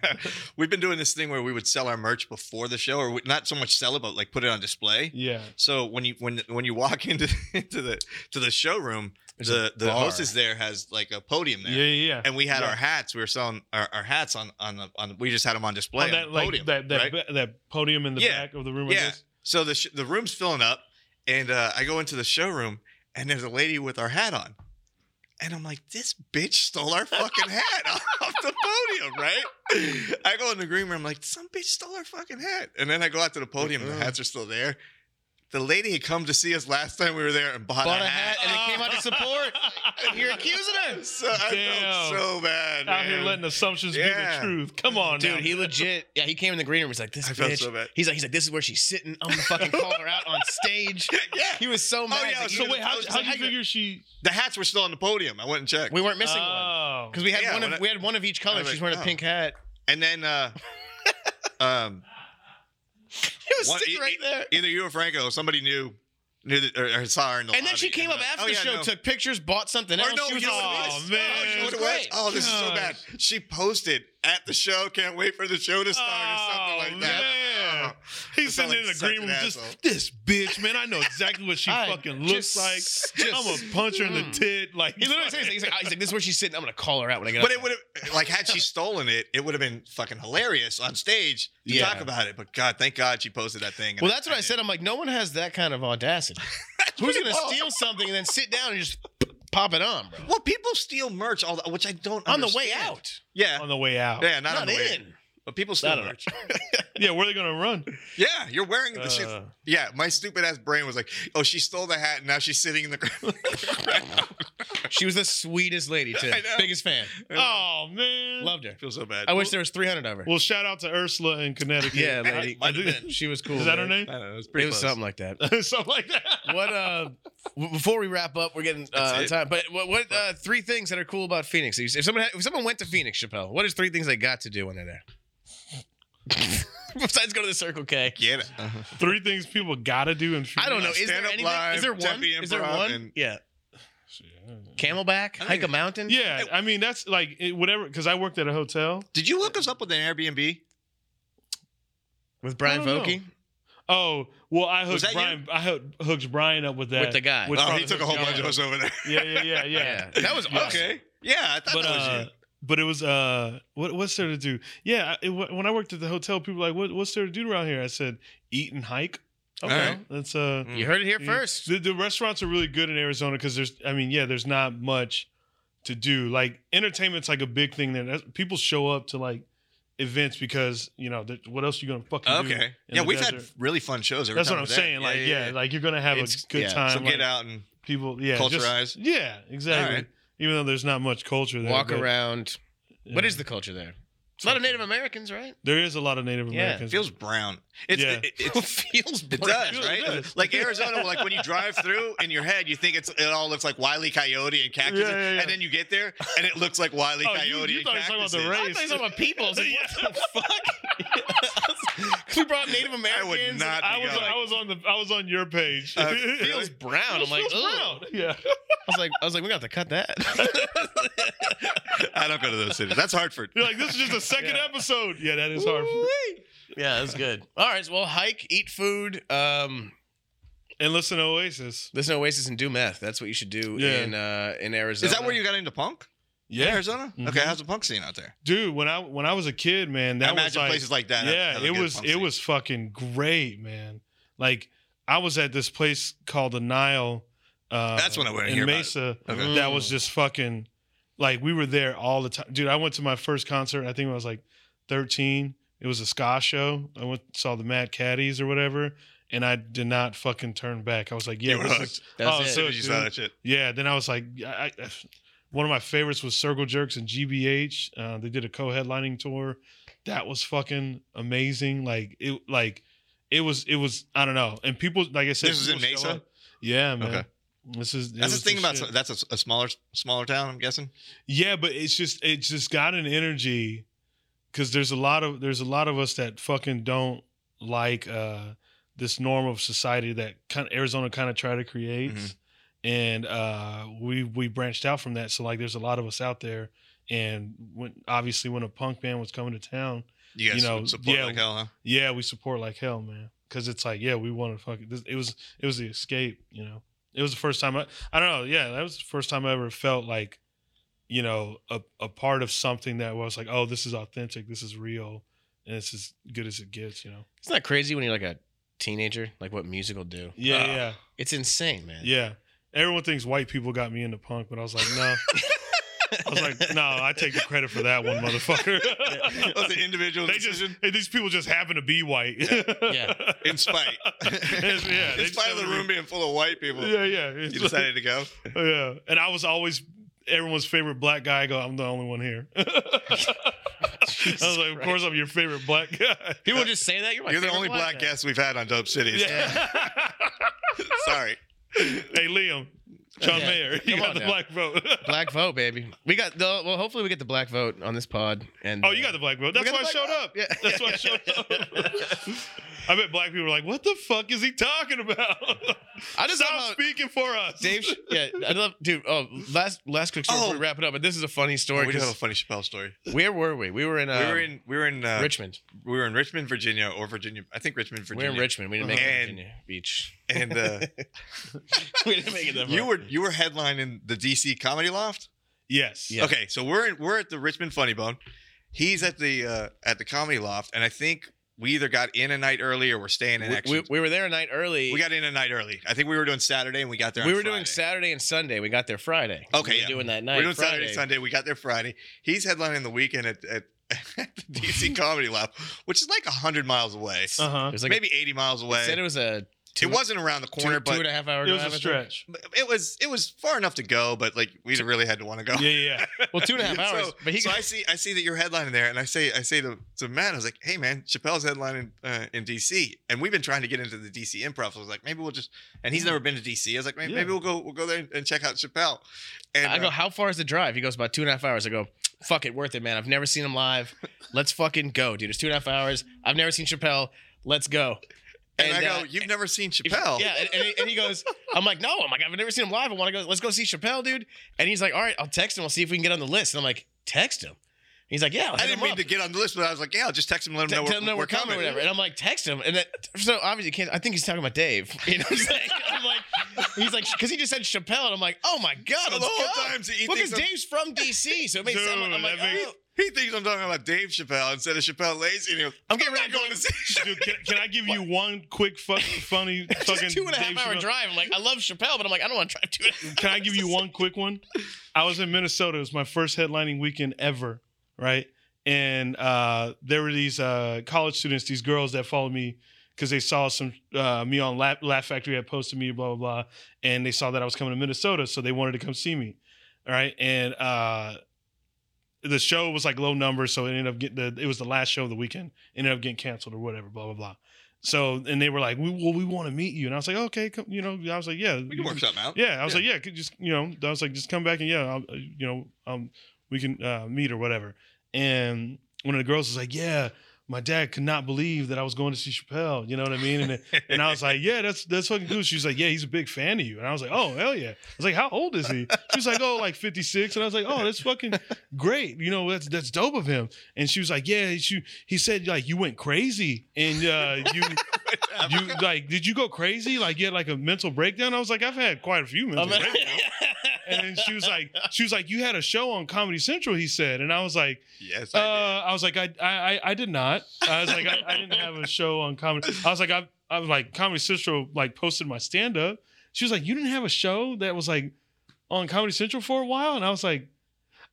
Speaker 3: we've been doing this thing where we would sell our merch before the show, or we, not so much sell it, but like put it on display.
Speaker 2: Yeah.
Speaker 3: So when you when when you walk into into the to the showroom,
Speaker 1: There's
Speaker 3: the
Speaker 1: a
Speaker 3: the
Speaker 1: bar.
Speaker 3: hostess there has like a podium
Speaker 2: Yeah.
Speaker 3: there,
Speaker 2: Yeah. yeah.
Speaker 3: and we had
Speaker 2: Yeah.
Speaker 3: our hats. We were selling our, our hats on on the on. We just had them on display
Speaker 2: On
Speaker 3: on,
Speaker 2: that
Speaker 3: the
Speaker 2: like
Speaker 3: podium,
Speaker 2: that that,
Speaker 3: right?
Speaker 2: ba- that podium in the
Speaker 3: Yeah.
Speaker 2: back of the room. I
Speaker 3: Yeah.
Speaker 2: guess.
Speaker 3: So the sh- the room's filling up, and uh, I go into the showroom, and there's a lady with our hat on, and I'm like, this bitch stole our fucking hat off the podium, right? I go in the green room, I'm like, some bitch stole our fucking hat, and then I go out to the podium, and the hats are still there. The lady had come to see us last time we were there and bought,
Speaker 1: Bought a hat and it came out to support. You're accusing her.
Speaker 3: So I
Speaker 2: Damn.
Speaker 3: felt so bad.
Speaker 2: Out here
Speaker 3: man.
Speaker 2: letting assumptions
Speaker 3: Yeah.
Speaker 2: be the truth. Come on,
Speaker 1: Dude,
Speaker 2: now.
Speaker 1: he legit. Yeah, he came in the green room. He's like, this
Speaker 3: I felt
Speaker 1: bitch.
Speaker 3: so bad.
Speaker 1: He's like, he's like, this is where she's sitting. I'm gonna fucking call her out on stage.
Speaker 3: yeah,
Speaker 1: He was so mad.
Speaker 3: yeah,
Speaker 1: He's
Speaker 2: so
Speaker 1: like,
Speaker 2: wait,
Speaker 1: I
Speaker 2: how
Speaker 1: was
Speaker 2: how
Speaker 1: like,
Speaker 2: do you
Speaker 1: I-
Speaker 2: figure she?
Speaker 3: the hats were still on the podium. I went and checked.
Speaker 1: We weren't missing one
Speaker 2: oh.
Speaker 1: because we had
Speaker 3: Yeah,
Speaker 1: one
Speaker 3: when I-
Speaker 1: of we had one of each
Speaker 3: I
Speaker 1: color.
Speaker 3: was
Speaker 1: She's
Speaker 3: like,
Speaker 1: wearing a
Speaker 3: oh.
Speaker 1: pink hat.
Speaker 3: And then uh um
Speaker 1: It was
Speaker 3: One-
Speaker 1: sitting
Speaker 3: e-
Speaker 1: right
Speaker 3: e-
Speaker 1: there.
Speaker 3: either you or Franco, somebody knew knew that, or, or saw her in the
Speaker 1: And then she
Speaker 3: lobby.
Speaker 1: came up
Speaker 3: uh,
Speaker 1: after
Speaker 3: oh,
Speaker 1: the
Speaker 3: yeah,
Speaker 1: show,
Speaker 3: no.
Speaker 1: took pictures, bought something else.
Speaker 3: or no,
Speaker 1: she was
Speaker 3: you know
Speaker 1: all-
Speaker 3: what it
Speaker 2: "Oh,
Speaker 3: was?
Speaker 2: man,
Speaker 3: oh, you know what
Speaker 1: it
Speaker 3: it
Speaker 1: was
Speaker 3: was? Oh, this is so
Speaker 2: Gosh.
Speaker 3: bad. She posted at the show, can't wait for the show to start or something like that.
Speaker 2: Man.
Speaker 3: Oh.
Speaker 2: He's
Speaker 3: I felt
Speaker 2: sitting in
Speaker 3: like
Speaker 2: the
Speaker 3: such
Speaker 2: green
Speaker 3: an
Speaker 2: room, just
Speaker 3: asshole.
Speaker 2: this bitch, man. I know exactly what she
Speaker 1: I
Speaker 2: fucking
Speaker 1: just-
Speaker 2: looks like. I'm gonna
Speaker 1: just-
Speaker 2: punch her in the
Speaker 1: Mm.
Speaker 2: tit. Like
Speaker 1: He literally says, he's like, he's like, this is where she's sitting. I'm gonna call her out when I get
Speaker 3: But
Speaker 1: up.
Speaker 3: it would have, like, had she stolen it, it would have been fucking hilarious on stage to
Speaker 1: Yeah.
Speaker 3: talk about it. But God, thank God she posted that thing. and
Speaker 1: well, that's what I
Speaker 3: did.
Speaker 1: said. I'm like, no one has that kind of audacity. Who's gonna steal something and then sit down and just pop it on, bro?
Speaker 3: Well, people steal merch, all the, which I don't
Speaker 1: On the way
Speaker 3: understand.
Speaker 1: out,
Speaker 3: Yeah,
Speaker 2: on the way out.
Speaker 3: yeah, not,
Speaker 1: not
Speaker 3: on the way.
Speaker 1: in.
Speaker 3: But people
Speaker 1: I
Speaker 3: steal
Speaker 1: don't know.
Speaker 3: merch.
Speaker 2: Yeah, where are they gonna run?
Speaker 3: Yeah, you're wearing the shit.
Speaker 2: Uh,
Speaker 3: Yeah, my stupid ass brain was like, "Oh, she stole the hat, and now she's sitting in the crowd."
Speaker 1: She was the sweetest lady too.
Speaker 3: I know.
Speaker 1: Biggest fan.
Speaker 2: oh man.
Speaker 1: Loved her.
Speaker 3: I feel so bad.
Speaker 1: I wish there was 300 of her.
Speaker 2: Well, shout out to Ursula in Connecticut.
Speaker 1: yeah, lady.
Speaker 3: might have been.
Speaker 1: She was cool.
Speaker 2: Is that her
Speaker 1: man.
Speaker 2: name?
Speaker 3: I don't know. It's
Speaker 1: It
Speaker 3: pretty
Speaker 1: was
Speaker 3: close.
Speaker 1: something like that.
Speaker 2: Something like that.
Speaker 1: What uh w- before we wrap up, we're getting uh
Speaker 3: That's
Speaker 1: on
Speaker 3: it.
Speaker 1: time. But what, what uh three things that are cool about Phoenix? If if someone had, if someone went to Phoenix, Chappelle, what is three things they got to do when they're there? Besides go to the Circle K.
Speaker 3: Get it?
Speaker 2: Uh-huh. Three things people gotta do in
Speaker 1: I don't know. Is there
Speaker 3: Stand-up
Speaker 1: anything? is
Speaker 3: live,
Speaker 1: there one?
Speaker 3: Tempe
Speaker 1: Is there
Speaker 3: Improv,
Speaker 1: one?
Speaker 3: and-
Speaker 1: yeah.
Speaker 2: know.
Speaker 1: Camelback,
Speaker 3: don't
Speaker 1: hike a
Speaker 3: even-
Speaker 1: mountain.
Speaker 2: Yeah, I mean that's like it, whatever. Because I worked at a hotel.
Speaker 3: Did you hook us up with an Airbnb?
Speaker 1: with Brian
Speaker 2: I don't
Speaker 1: Vokey
Speaker 2: Oh well, I
Speaker 3: Was
Speaker 2: hooked
Speaker 3: that you?
Speaker 2: Brian. I hooked, hooked Brian up with that.
Speaker 1: with the guy.
Speaker 2: Which
Speaker 3: Oh,
Speaker 2: probably
Speaker 3: he took a whole
Speaker 2: hooked
Speaker 3: bunch
Speaker 2: you
Speaker 3: of
Speaker 2: up.
Speaker 3: us over there.
Speaker 2: Yeah, yeah, yeah, yeah.
Speaker 1: that was
Speaker 2: Yeah.
Speaker 1: awesome.
Speaker 3: Okay. Yeah, I thought
Speaker 2: but
Speaker 3: that was
Speaker 2: uh,
Speaker 3: you.
Speaker 2: but it was uh, what what's there to do? Yeah, I- it, wa- when I worked at the hotel, people were like, what what's there to do around here? I said, eat and hike.
Speaker 1: Okay.
Speaker 3: Alright.
Speaker 2: That's uh,
Speaker 3: Mm.
Speaker 1: You heard it here
Speaker 2: Yeah.
Speaker 1: first.
Speaker 2: the, the restaurants are really good in Arizona because there's, I mean, yeah, there's not much to do. Like entertainment's like a big thing there. That's, people show up to like events because you know that- what else you gonna fucking do?
Speaker 3: Okay.
Speaker 2: uh, in
Speaker 3: Yeah,
Speaker 2: the
Speaker 3: we've had
Speaker 2: desert?
Speaker 3: really fun shows. Every
Speaker 2: That's what
Speaker 3: time
Speaker 2: I'm
Speaker 3: we're there.
Speaker 2: saying. like yeah, like you're gonna have
Speaker 1: It's-
Speaker 2: a good
Speaker 1: yeah.
Speaker 2: time.
Speaker 3: so
Speaker 2: like-
Speaker 3: get out and
Speaker 2: people. Yeah, just-
Speaker 3: Culturized.
Speaker 2: yeah, exactly.
Speaker 3: All right.
Speaker 2: Even though there's not much culture there,
Speaker 1: Walk
Speaker 2: but,
Speaker 1: around.
Speaker 2: yeah.
Speaker 1: What is the culture there? It's a lot of Native Americans, right?
Speaker 2: There is a lot of Native
Speaker 1: Yeah, it
Speaker 2: Americans.
Speaker 3: It feels brown. It's,
Speaker 2: Yeah.
Speaker 3: it, it- it's-
Speaker 1: feels
Speaker 3: It
Speaker 1: brown.
Speaker 3: does,
Speaker 2: It
Speaker 3: right?
Speaker 2: does.
Speaker 3: Like Arizona, like when you drive through in your head, you think it's it all looks like Wiley Coyote and cactuses,
Speaker 2: Yeah, yeah, yeah.
Speaker 3: and then you get there and it looks like Wiley
Speaker 2: Oh, you-
Speaker 3: Coyote
Speaker 2: you
Speaker 3: and
Speaker 2: thought you were talking about
Speaker 3: cactuses.
Speaker 2: the race.
Speaker 1: I thought you were talking about people. I was like, what the fuck? 'Cause we brought up Native Americans.
Speaker 3: I would
Speaker 1: and
Speaker 3: not.
Speaker 2: I
Speaker 3: be
Speaker 2: was
Speaker 3: going.
Speaker 2: I was on the I was on your page.
Speaker 3: Uh,
Speaker 1: It feels brown. I'm like,
Speaker 2: Feels
Speaker 1: "Ugh."
Speaker 2: brown. Yeah.
Speaker 1: I was like, I was like, we got to cut that.
Speaker 3: I don't go to those cities. That's Hartford.
Speaker 2: You're like, this is just the second
Speaker 1: Yeah.
Speaker 2: episode. Yeah, that is hard. For,
Speaker 1: yeah, that's good. All right, so, well, hike, eat food, um,
Speaker 2: and listen to Oasis.
Speaker 1: listen to Oasis and do meth. That's what you should do
Speaker 2: Yeah.
Speaker 1: in uh, in Arizona.
Speaker 3: Is that where you got into punk? Arizona. Okay,
Speaker 2: Mhm.
Speaker 3: how's the punk scene out there?
Speaker 2: Dude, when I when I was a kid, man,
Speaker 3: I
Speaker 2: that was
Speaker 3: imagine
Speaker 2: like
Speaker 3: places like that. have-
Speaker 2: Yeah,
Speaker 3: have a
Speaker 2: it
Speaker 3: good
Speaker 2: was
Speaker 3: punk
Speaker 2: it
Speaker 3: scene.
Speaker 2: was fucking great, man. Like I was at this place called the Nile. Uh,
Speaker 3: That's when I went to
Speaker 2: in
Speaker 3: hear about it.
Speaker 2: Mesa.
Speaker 3: Okay.
Speaker 2: That was just fucking like we were there all the time, dude. I went to my first concert. I think I was like thirteen. It was a ska show. I went saw the Mad Caddies or whatever, and I did not fucking turn back. I was like, yeah,
Speaker 3: You were
Speaker 2: this
Speaker 3: hooked.
Speaker 2: is,
Speaker 1: That's
Speaker 2: Oh,
Speaker 1: it.
Speaker 2: so-
Speaker 3: As soon as you saw
Speaker 2: dude.
Speaker 3: that shit.
Speaker 2: yeah. Then I was like, I, I, one of my favorites was Circle Jerks and GBH. Uh, they did a co-headlining tour. That was fucking amazing. Like it, like it was, it was. I don't know. And people, like I said,
Speaker 3: This was in
Speaker 2: people show
Speaker 3: Mesa?
Speaker 2: up. Yeah, man.
Speaker 3: Okay.
Speaker 2: This is it
Speaker 3: That's the
Speaker 2: was
Speaker 3: thing about
Speaker 2: shit.
Speaker 3: that's a, a smaller smaller town. I'm guessing.
Speaker 2: Yeah, but it's just it's just got an energy because there's a lot of there's a lot of us that fucking don't like uh this norm of society that kind of Arizona kind of try to create,
Speaker 3: Mhm.
Speaker 2: and uh we we branched out from that. So like, there's a lot of us out there, and when obviously when a punk band was coming to town,
Speaker 3: You guys
Speaker 2: You know,
Speaker 3: support
Speaker 2: yeah.
Speaker 3: like hell, huh?
Speaker 2: yeah, we support like hell, man. Because it's like, yeah, we want to fuck. This, it was it was the escape, you know. It was the first time I I don't know. Yeah, that was the first time I ever felt like, you know, a a part of something that was like, oh, this is authentic, this is real, and it's as good as it gets, you know.
Speaker 1: Isn't that crazy when you're like a teenager? Like what music will do?
Speaker 2: Yeah,
Speaker 3: Ah.
Speaker 1: Uh,
Speaker 2: yeah,
Speaker 1: It's insane, man.
Speaker 2: yeah. Everyone thinks white people got me into punk, but I was like, no. I was like, no, I take the credit for that one, motherfucker.
Speaker 3: That was an individual
Speaker 2: they just
Speaker 3: decision
Speaker 2: hey, these people just happen to be white.
Speaker 1: Yeah.
Speaker 3: in spite.
Speaker 2: It's- yeah, they
Speaker 3: in
Speaker 2: just
Speaker 3: spite of the
Speaker 2: happen to be-
Speaker 3: room being full of white people.
Speaker 2: Yeah, yeah. It's
Speaker 3: You
Speaker 2: like-
Speaker 3: decided to go.
Speaker 2: Oh, yeah. And I was always everyone's favorite black guy. I go, I'm the only one here. I was
Speaker 1: Jesus
Speaker 2: like, of
Speaker 1: Christ.
Speaker 2: course, I'm your favorite black guy.
Speaker 1: People just say that. You're my
Speaker 3: You're the
Speaker 1: favorite
Speaker 3: only black
Speaker 1: guy.
Speaker 3: guest we've had on Dope Cities.
Speaker 2: Yeah.
Speaker 3: Sorry.
Speaker 2: hey, Liam, John
Speaker 1: Yeah.
Speaker 2: Mayer, you
Speaker 1: Come
Speaker 2: got
Speaker 1: on
Speaker 2: the
Speaker 1: now.
Speaker 2: black vote.
Speaker 1: Black vote, baby. We got the well. Hopefully, we get the black vote on this pod. And uh,
Speaker 2: oh, you got the black vote.
Speaker 1: We
Speaker 2: That's
Speaker 1: got
Speaker 2: why
Speaker 1: the
Speaker 2: I
Speaker 1: black
Speaker 2: showed up.
Speaker 1: Yeah.
Speaker 2: That's why I showed up. I bet black people were like, "What the fuck is he talking about?"
Speaker 1: I just
Speaker 2: Stop
Speaker 1: love how-
Speaker 2: speaking for us,
Speaker 1: Dave. Yeah, I love, dude. Oh, last last quick story
Speaker 3: Oh.
Speaker 1: before we wrap it up, but this is a funny
Speaker 3: Oh,
Speaker 1: story.
Speaker 3: we do have a
Speaker 1: 'cause
Speaker 3: funny Chappelle story.
Speaker 1: where were we? We were in. Um,
Speaker 3: we were in we were in uh,
Speaker 1: Richmond.
Speaker 3: we were in Richmond, Virginia, or Virginia. I think Richmond, Virginia.
Speaker 1: We're in Richmond. We didn't make
Speaker 3: Uh-huh.
Speaker 1: it to Virginia Beach.
Speaker 3: And uh,
Speaker 1: we didn't make it that far.
Speaker 3: you were you were headlining the DC Comedy Loft.
Speaker 2: Yes.
Speaker 1: Yeah.
Speaker 3: Okay, so we're in, we're at the Richmond Funny Bone. He's at the uh, at the Comedy Loft, and I think we either got in a night early or we're staying in.
Speaker 1: We-
Speaker 3: Actually,
Speaker 1: We, we were there a night early.
Speaker 3: we, got in a night early. I think we were doing Saturday, and we got there.
Speaker 1: We
Speaker 3: on
Speaker 1: were doing
Speaker 3: Friday.
Speaker 1: Saturday and Sunday. We got there Friday.
Speaker 3: Okay,
Speaker 1: We were
Speaker 3: yeah.
Speaker 1: doing that night.
Speaker 3: We We're doing
Speaker 1: Friday.
Speaker 3: Saturday, Sunday. We got there Friday. He's headlining the weekend at, at, at the DC Comedy Loft, which is like hundred miles away,
Speaker 2: Uh huh.
Speaker 1: It was Uh-huh. like
Speaker 3: maybe eighty miles
Speaker 1: a, it said
Speaker 3: away.
Speaker 1: it was a two,
Speaker 3: it wasn't around the corner,
Speaker 1: two,
Speaker 3: but
Speaker 1: two and a half hour.
Speaker 2: It was
Speaker 1: drive,
Speaker 2: a
Speaker 1: I think.
Speaker 2: stretch.
Speaker 3: it was it was far enough to go, but like we really had to want to go.
Speaker 2: Yeah, yeah.
Speaker 1: Well, two and a half hours.
Speaker 3: So,
Speaker 1: but he
Speaker 3: so I see I see that you're headlining there, and I say I say to, to Matt, I was like, hey man, Chappelle's headlining uh, in DC, and we've been trying to get into the DC improv. So I was like, maybe we'll just, and he's never been to DC. I was like, maybe,
Speaker 2: Yeah.
Speaker 3: maybe we'll go we'll go there and, and check out Chappelle. And
Speaker 1: I go,
Speaker 3: uh,
Speaker 1: how far is the drive? He goes, about two and a half hours. I go, fuck it, worth it, man. I've never seen him live. Let's fucking go, dude. It's two and a half hours. I've never seen Chappelle. Let's go.
Speaker 3: and, I
Speaker 1: uh,
Speaker 3: go, you've never seen Chappelle.
Speaker 1: Yeah, and, and, he, and he goes, I'm like, no, I'm like, I've never seen him live. I want to go. Let's go see Chappelle, dude. And he's like, all right, I'll text him. We'll see if we can get on the list. And I'm like, text him. He's like, yeah, I'll
Speaker 3: I
Speaker 1: hit
Speaker 3: didn't
Speaker 1: him
Speaker 3: mean
Speaker 1: up.
Speaker 3: to get on the list, but I was like, yeah, I'll just text him, and let him know,
Speaker 1: tell him that
Speaker 3: we're,
Speaker 1: we're, coming, or whatever. And I'm like, text him. And that, so obviously, can't, I think he's talking about Dave. You know what I'm saying? I'm like, he's like, because he just said Chappelle. And I'm like, oh my God, let's
Speaker 3: So the
Speaker 1: go.
Speaker 3: whole time he
Speaker 1: Well,
Speaker 3: thinks
Speaker 1: because
Speaker 3: I'm,
Speaker 1: Dave's from DC, so it makes
Speaker 2: Dude,
Speaker 1: sense. I'm like,
Speaker 2: that makes-
Speaker 1: oh.
Speaker 3: he thinks I'm talking about Dave Chappelle instead of Chappelle Lacey. And he goes,
Speaker 1: I'm getting
Speaker 3: I'm
Speaker 1: ready
Speaker 3: not going to see. Chappelle.
Speaker 2: Dude, can, can I give you one quick, fuck, funny,
Speaker 1: Just
Speaker 2: fucking
Speaker 1: two and a half
Speaker 2: Dave
Speaker 1: hour
Speaker 2: Chappelle-
Speaker 1: drive. I'm like, I love Chappelle, but I'm like, I don't want to drive two and a half.
Speaker 2: Can I give you one quick one? I was in Minnesota. It was my first headlining weekend ever, right? And uh, there were these uh, college students, these girls that followed me because they saw some uh, me on Laugh, Laugh Factory had posted me, blah blah blah, and they saw that I was coming to Minnesota, so they wanted to come see me. All right, and uh, the show was like low numbers, so it ended up getting the it was the last show of the weekend, ended up getting canceled or whatever, blah blah blah. So and they were like, we, well, we want to meet you, and I was like, okay, come, you know, I was like, yeah,
Speaker 3: We can work something out.
Speaker 2: yeah, I was
Speaker 3: Yeah.
Speaker 2: like, yeah, could just you know, I was like, just come back and yeah, I'll, uh, you know, um, we can uh, meet or whatever. And one of the girls was like, yeah, my dad could not believe that I was going to see Chappelle. You know what I mean? And and I was like, yeah, that's that's fucking cool. She was like, yeah, he's a big fan of you. And I was like, oh hell yeah. I was like, how old is he? She was like, oh, like fifty six. And I was like, oh, that's fucking great. You know, that's that's dope of him. And she was like, yeah, she he said like you went crazy and uh, you you like did you go crazy like you had like a mental breakdown i was like i've had quite a few mental
Speaker 1: I'm-
Speaker 2: breakdowns and then she was like she was like you had a show on comedy central he said and i was like
Speaker 3: yes.
Speaker 2: uh
Speaker 3: I did.
Speaker 2: i was like i i i, I did not i was like I, I didn't have a show on comedy i was like i i was like comedy central like posted my stand-up she was like you didn't have a show that was like on comedy central for a while and i was like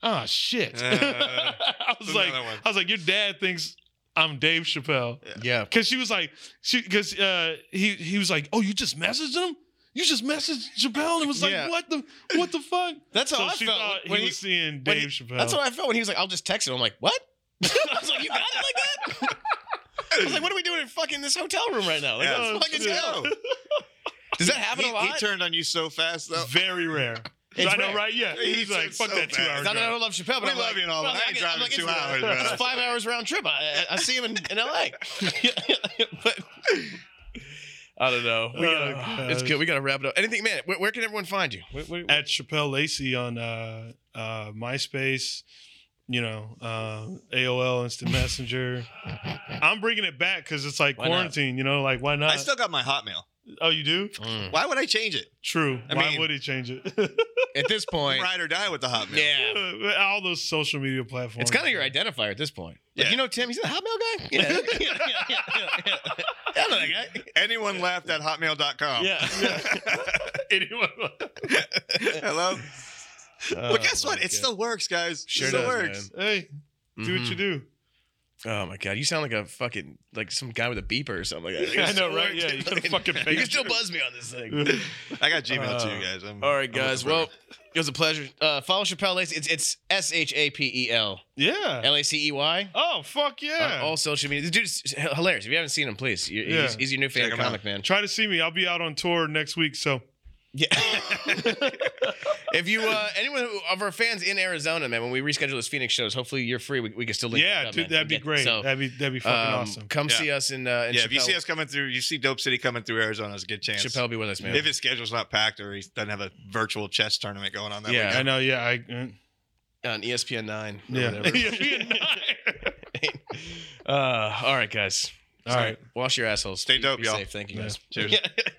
Speaker 2: ah shit
Speaker 3: Uh,
Speaker 2: i was like
Speaker 3: Another one.
Speaker 2: i was like your dad thinks i'm dave chappelle
Speaker 1: Yeah.
Speaker 2: Cause she was like, she because uh, he he was like, oh, you just messaged him? You just messaged Chappelle and was like,
Speaker 1: Yeah.
Speaker 2: what the what the fuck?
Speaker 1: That's how
Speaker 2: so
Speaker 1: I
Speaker 2: she
Speaker 1: felt
Speaker 2: thought
Speaker 1: when
Speaker 2: he
Speaker 1: he-
Speaker 2: was uh, seeing
Speaker 1: when
Speaker 2: Dave
Speaker 1: he-
Speaker 2: Chappelle.
Speaker 1: That's what I felt when he was like, I'll just text it. I'm like, what? I was like, you got it like that? I was like, what are we doing in fucking this hotel room right now? Like,
Speaker 3: Yeah.
Speaker 1: let's fucking
Speaker 2: Yeah.
Speaker 1: go. Does that happen
Speaker 3: he,
Speaker 1: Uh, a lot?
Speaker 3: he turned on you so fast though.
Speaker 2: Very rare.
Speaker 1: It's
Speaker 2: I know,
Speaker 1: rare.
Speaker 2: right? Yeah.
Speaker 3: He
Speaker 2: He's like,
Speaker 3: said
Speaker 2: fuck
Speaker 3: so
Speaker 2: that two hour
Speaker 3: fast.
Speaker 1: Not that I
Speaker 2: drive.
Speaker 1: don't love Chappelle, but
Speaker 3: We
Speaker 1: I'm
Speaker 3: love
Speaker 1: like,
Speaker 3: you and all,
Speaker 1: well,
Speaker 3: but I ain't
Speaker 1: can-
Speaker 3: driving
Speaker 1: like,
Speaker 3: two
Speaker 1: it's-
Speaker 3: hours, bro.
Speaker 1: It's five hours round trip. I, I- I see him in, in L.A. I don't know. We
Speaker 2: Oh,
Speaker 1: gotta, Uh, it's
Speaker 2: gosh.
Speaker 1: good. We got to wrap it up. Anything, man? Where, where can everyone find you? Where- where-
Speaker 2: At Chappelle Lacey on uh, uh, MySpace, you know, uh, AOL Instant Messenger. I'm bringing it back because it's like
Speaker 1: Why not?
Speaker 2: quarantine, you know, like why
Speaker 1: uh,
Speaker 2: not?
Speaker 3: I still got my Hotmail.
Speaker 2: oh, you do?
Speaker 1: Mm.
Speaker 3: Why would I change it?
Speaker 2: True.
Speaker 3: I
Speaker 2: why
Speaker 3: mean-
Speaker 2: would he change it?
Speaker 1: At this point,
Speaker 3: Ride or die with the Hotmail.
Speaker 1: yeah.
Speaker 2: All those social media platforms.
Speaker 1: It's kind of your identifier at this point. Like,
Speaker 3: Yeah.
Speaker 1: you know Tim, he's a Hotmail guy. Yeah, yeah, yeah, yeah, yeah. I know that guy.
Speaker 3: Anyone laughed at hotmail.com.
Speaker 1: Yeah.
Speaker 2: Anyone.
Speaker 3: Hello? but guess what? It still works,
Speaker 1: Oh
Speaker 3: guys.
Speaker 1: Sure
Speaker 3: it still
Speaker 1: does,
Speaker 3: works.
Speaker 2: Hey, do what you do.
Speaker 1: do. Oh my god, you sound like a fucking like some guy with a beeper or something like that.
Speaker 2: I know, right? Yeah, you could fucking
Speaker 1: You can
Speaker 2: fake
Speaker 1: still buzz me on this thing.
Speaker 3: I got Gmail
Speaker 1: Uh,
Speaker 3: too, guys. I'm,
Speaker 1: All right,
Speaker 3: I'm
Speaker 1: guys.
Speaker 3: looking
Speaker 1: Well,
Speaker 3: for it.
Speaker 1: it was a pleasure. Uh, follow Chappelle Lacey. It's it's S H A P E L
Speaker 2: Yeah.
Speaker 1: L A C E Y.
Speaker 2: Oh fuck yeah!
Speaker 1: On all social media. The dude's h- hilarious. If you haven't seen him, please. You- He's,
Speaker 2: Yeah.
Speaker 1: he's your new
Speaker 3: Check
Speaker 1: favorite
Speaker 3: him out.
Speaker 1: comic, man.
Speaker 2: Try to see me. I'll be out on tour next week. So
Speaker 1: Yeah. if you uh, anyone who, of our fans in Arizona, man, when we reschedule those Phoenix shows, hopefully you're free. We, we can still link. back
Speaker 2: yeah,
Speaker 1: up,
Speaker 2: dude,
Speaker 1: man.
Speaker 2: that'd be
Speaker 1: Get-
Speaker 2: great.
Speaker 1: So,
Speaker 2: that'd be that'd be fucking
Speaker 1: um,
Speaker 2: awesome.
Speaker 1: come
Speaker 3: Yeah.
Speaker 1: see us in. Uh, in
Speaker 3: yeah, if you
Speaker 1: Chappelle-
Speaker 3: see us coming through, you see Dope City coming through Arizona, it's a good chance.
Speaker 1: Chappelle, be with us, man.
Speaker 3: If his schedule's not packed or he doesn't have a virtual chess tournament going on that
Speaker 1: Yeah.
Speaker 2: I
Speaker 3: weekend.
Speaker 2: know. Yeah, I. uh,
Speaker 1: on E ESPN nine. or
Speaker 2: yeah. E
Speaker 1: whatever. uh, all right, guys.
Speaker 2: All right.
Speaker 1: Wash your assholes.
Speaker 3: Stay
Speaker 1: Be-
Speaker 3: dope,
Speaker 1: be
Speaker 3: y'all.
Speaker 1: Safe. Thank you,
Speaker 2: Yeah.
Speaker 1: guys.
Speaker 3: Cheers.
Speaker 1: Yeah.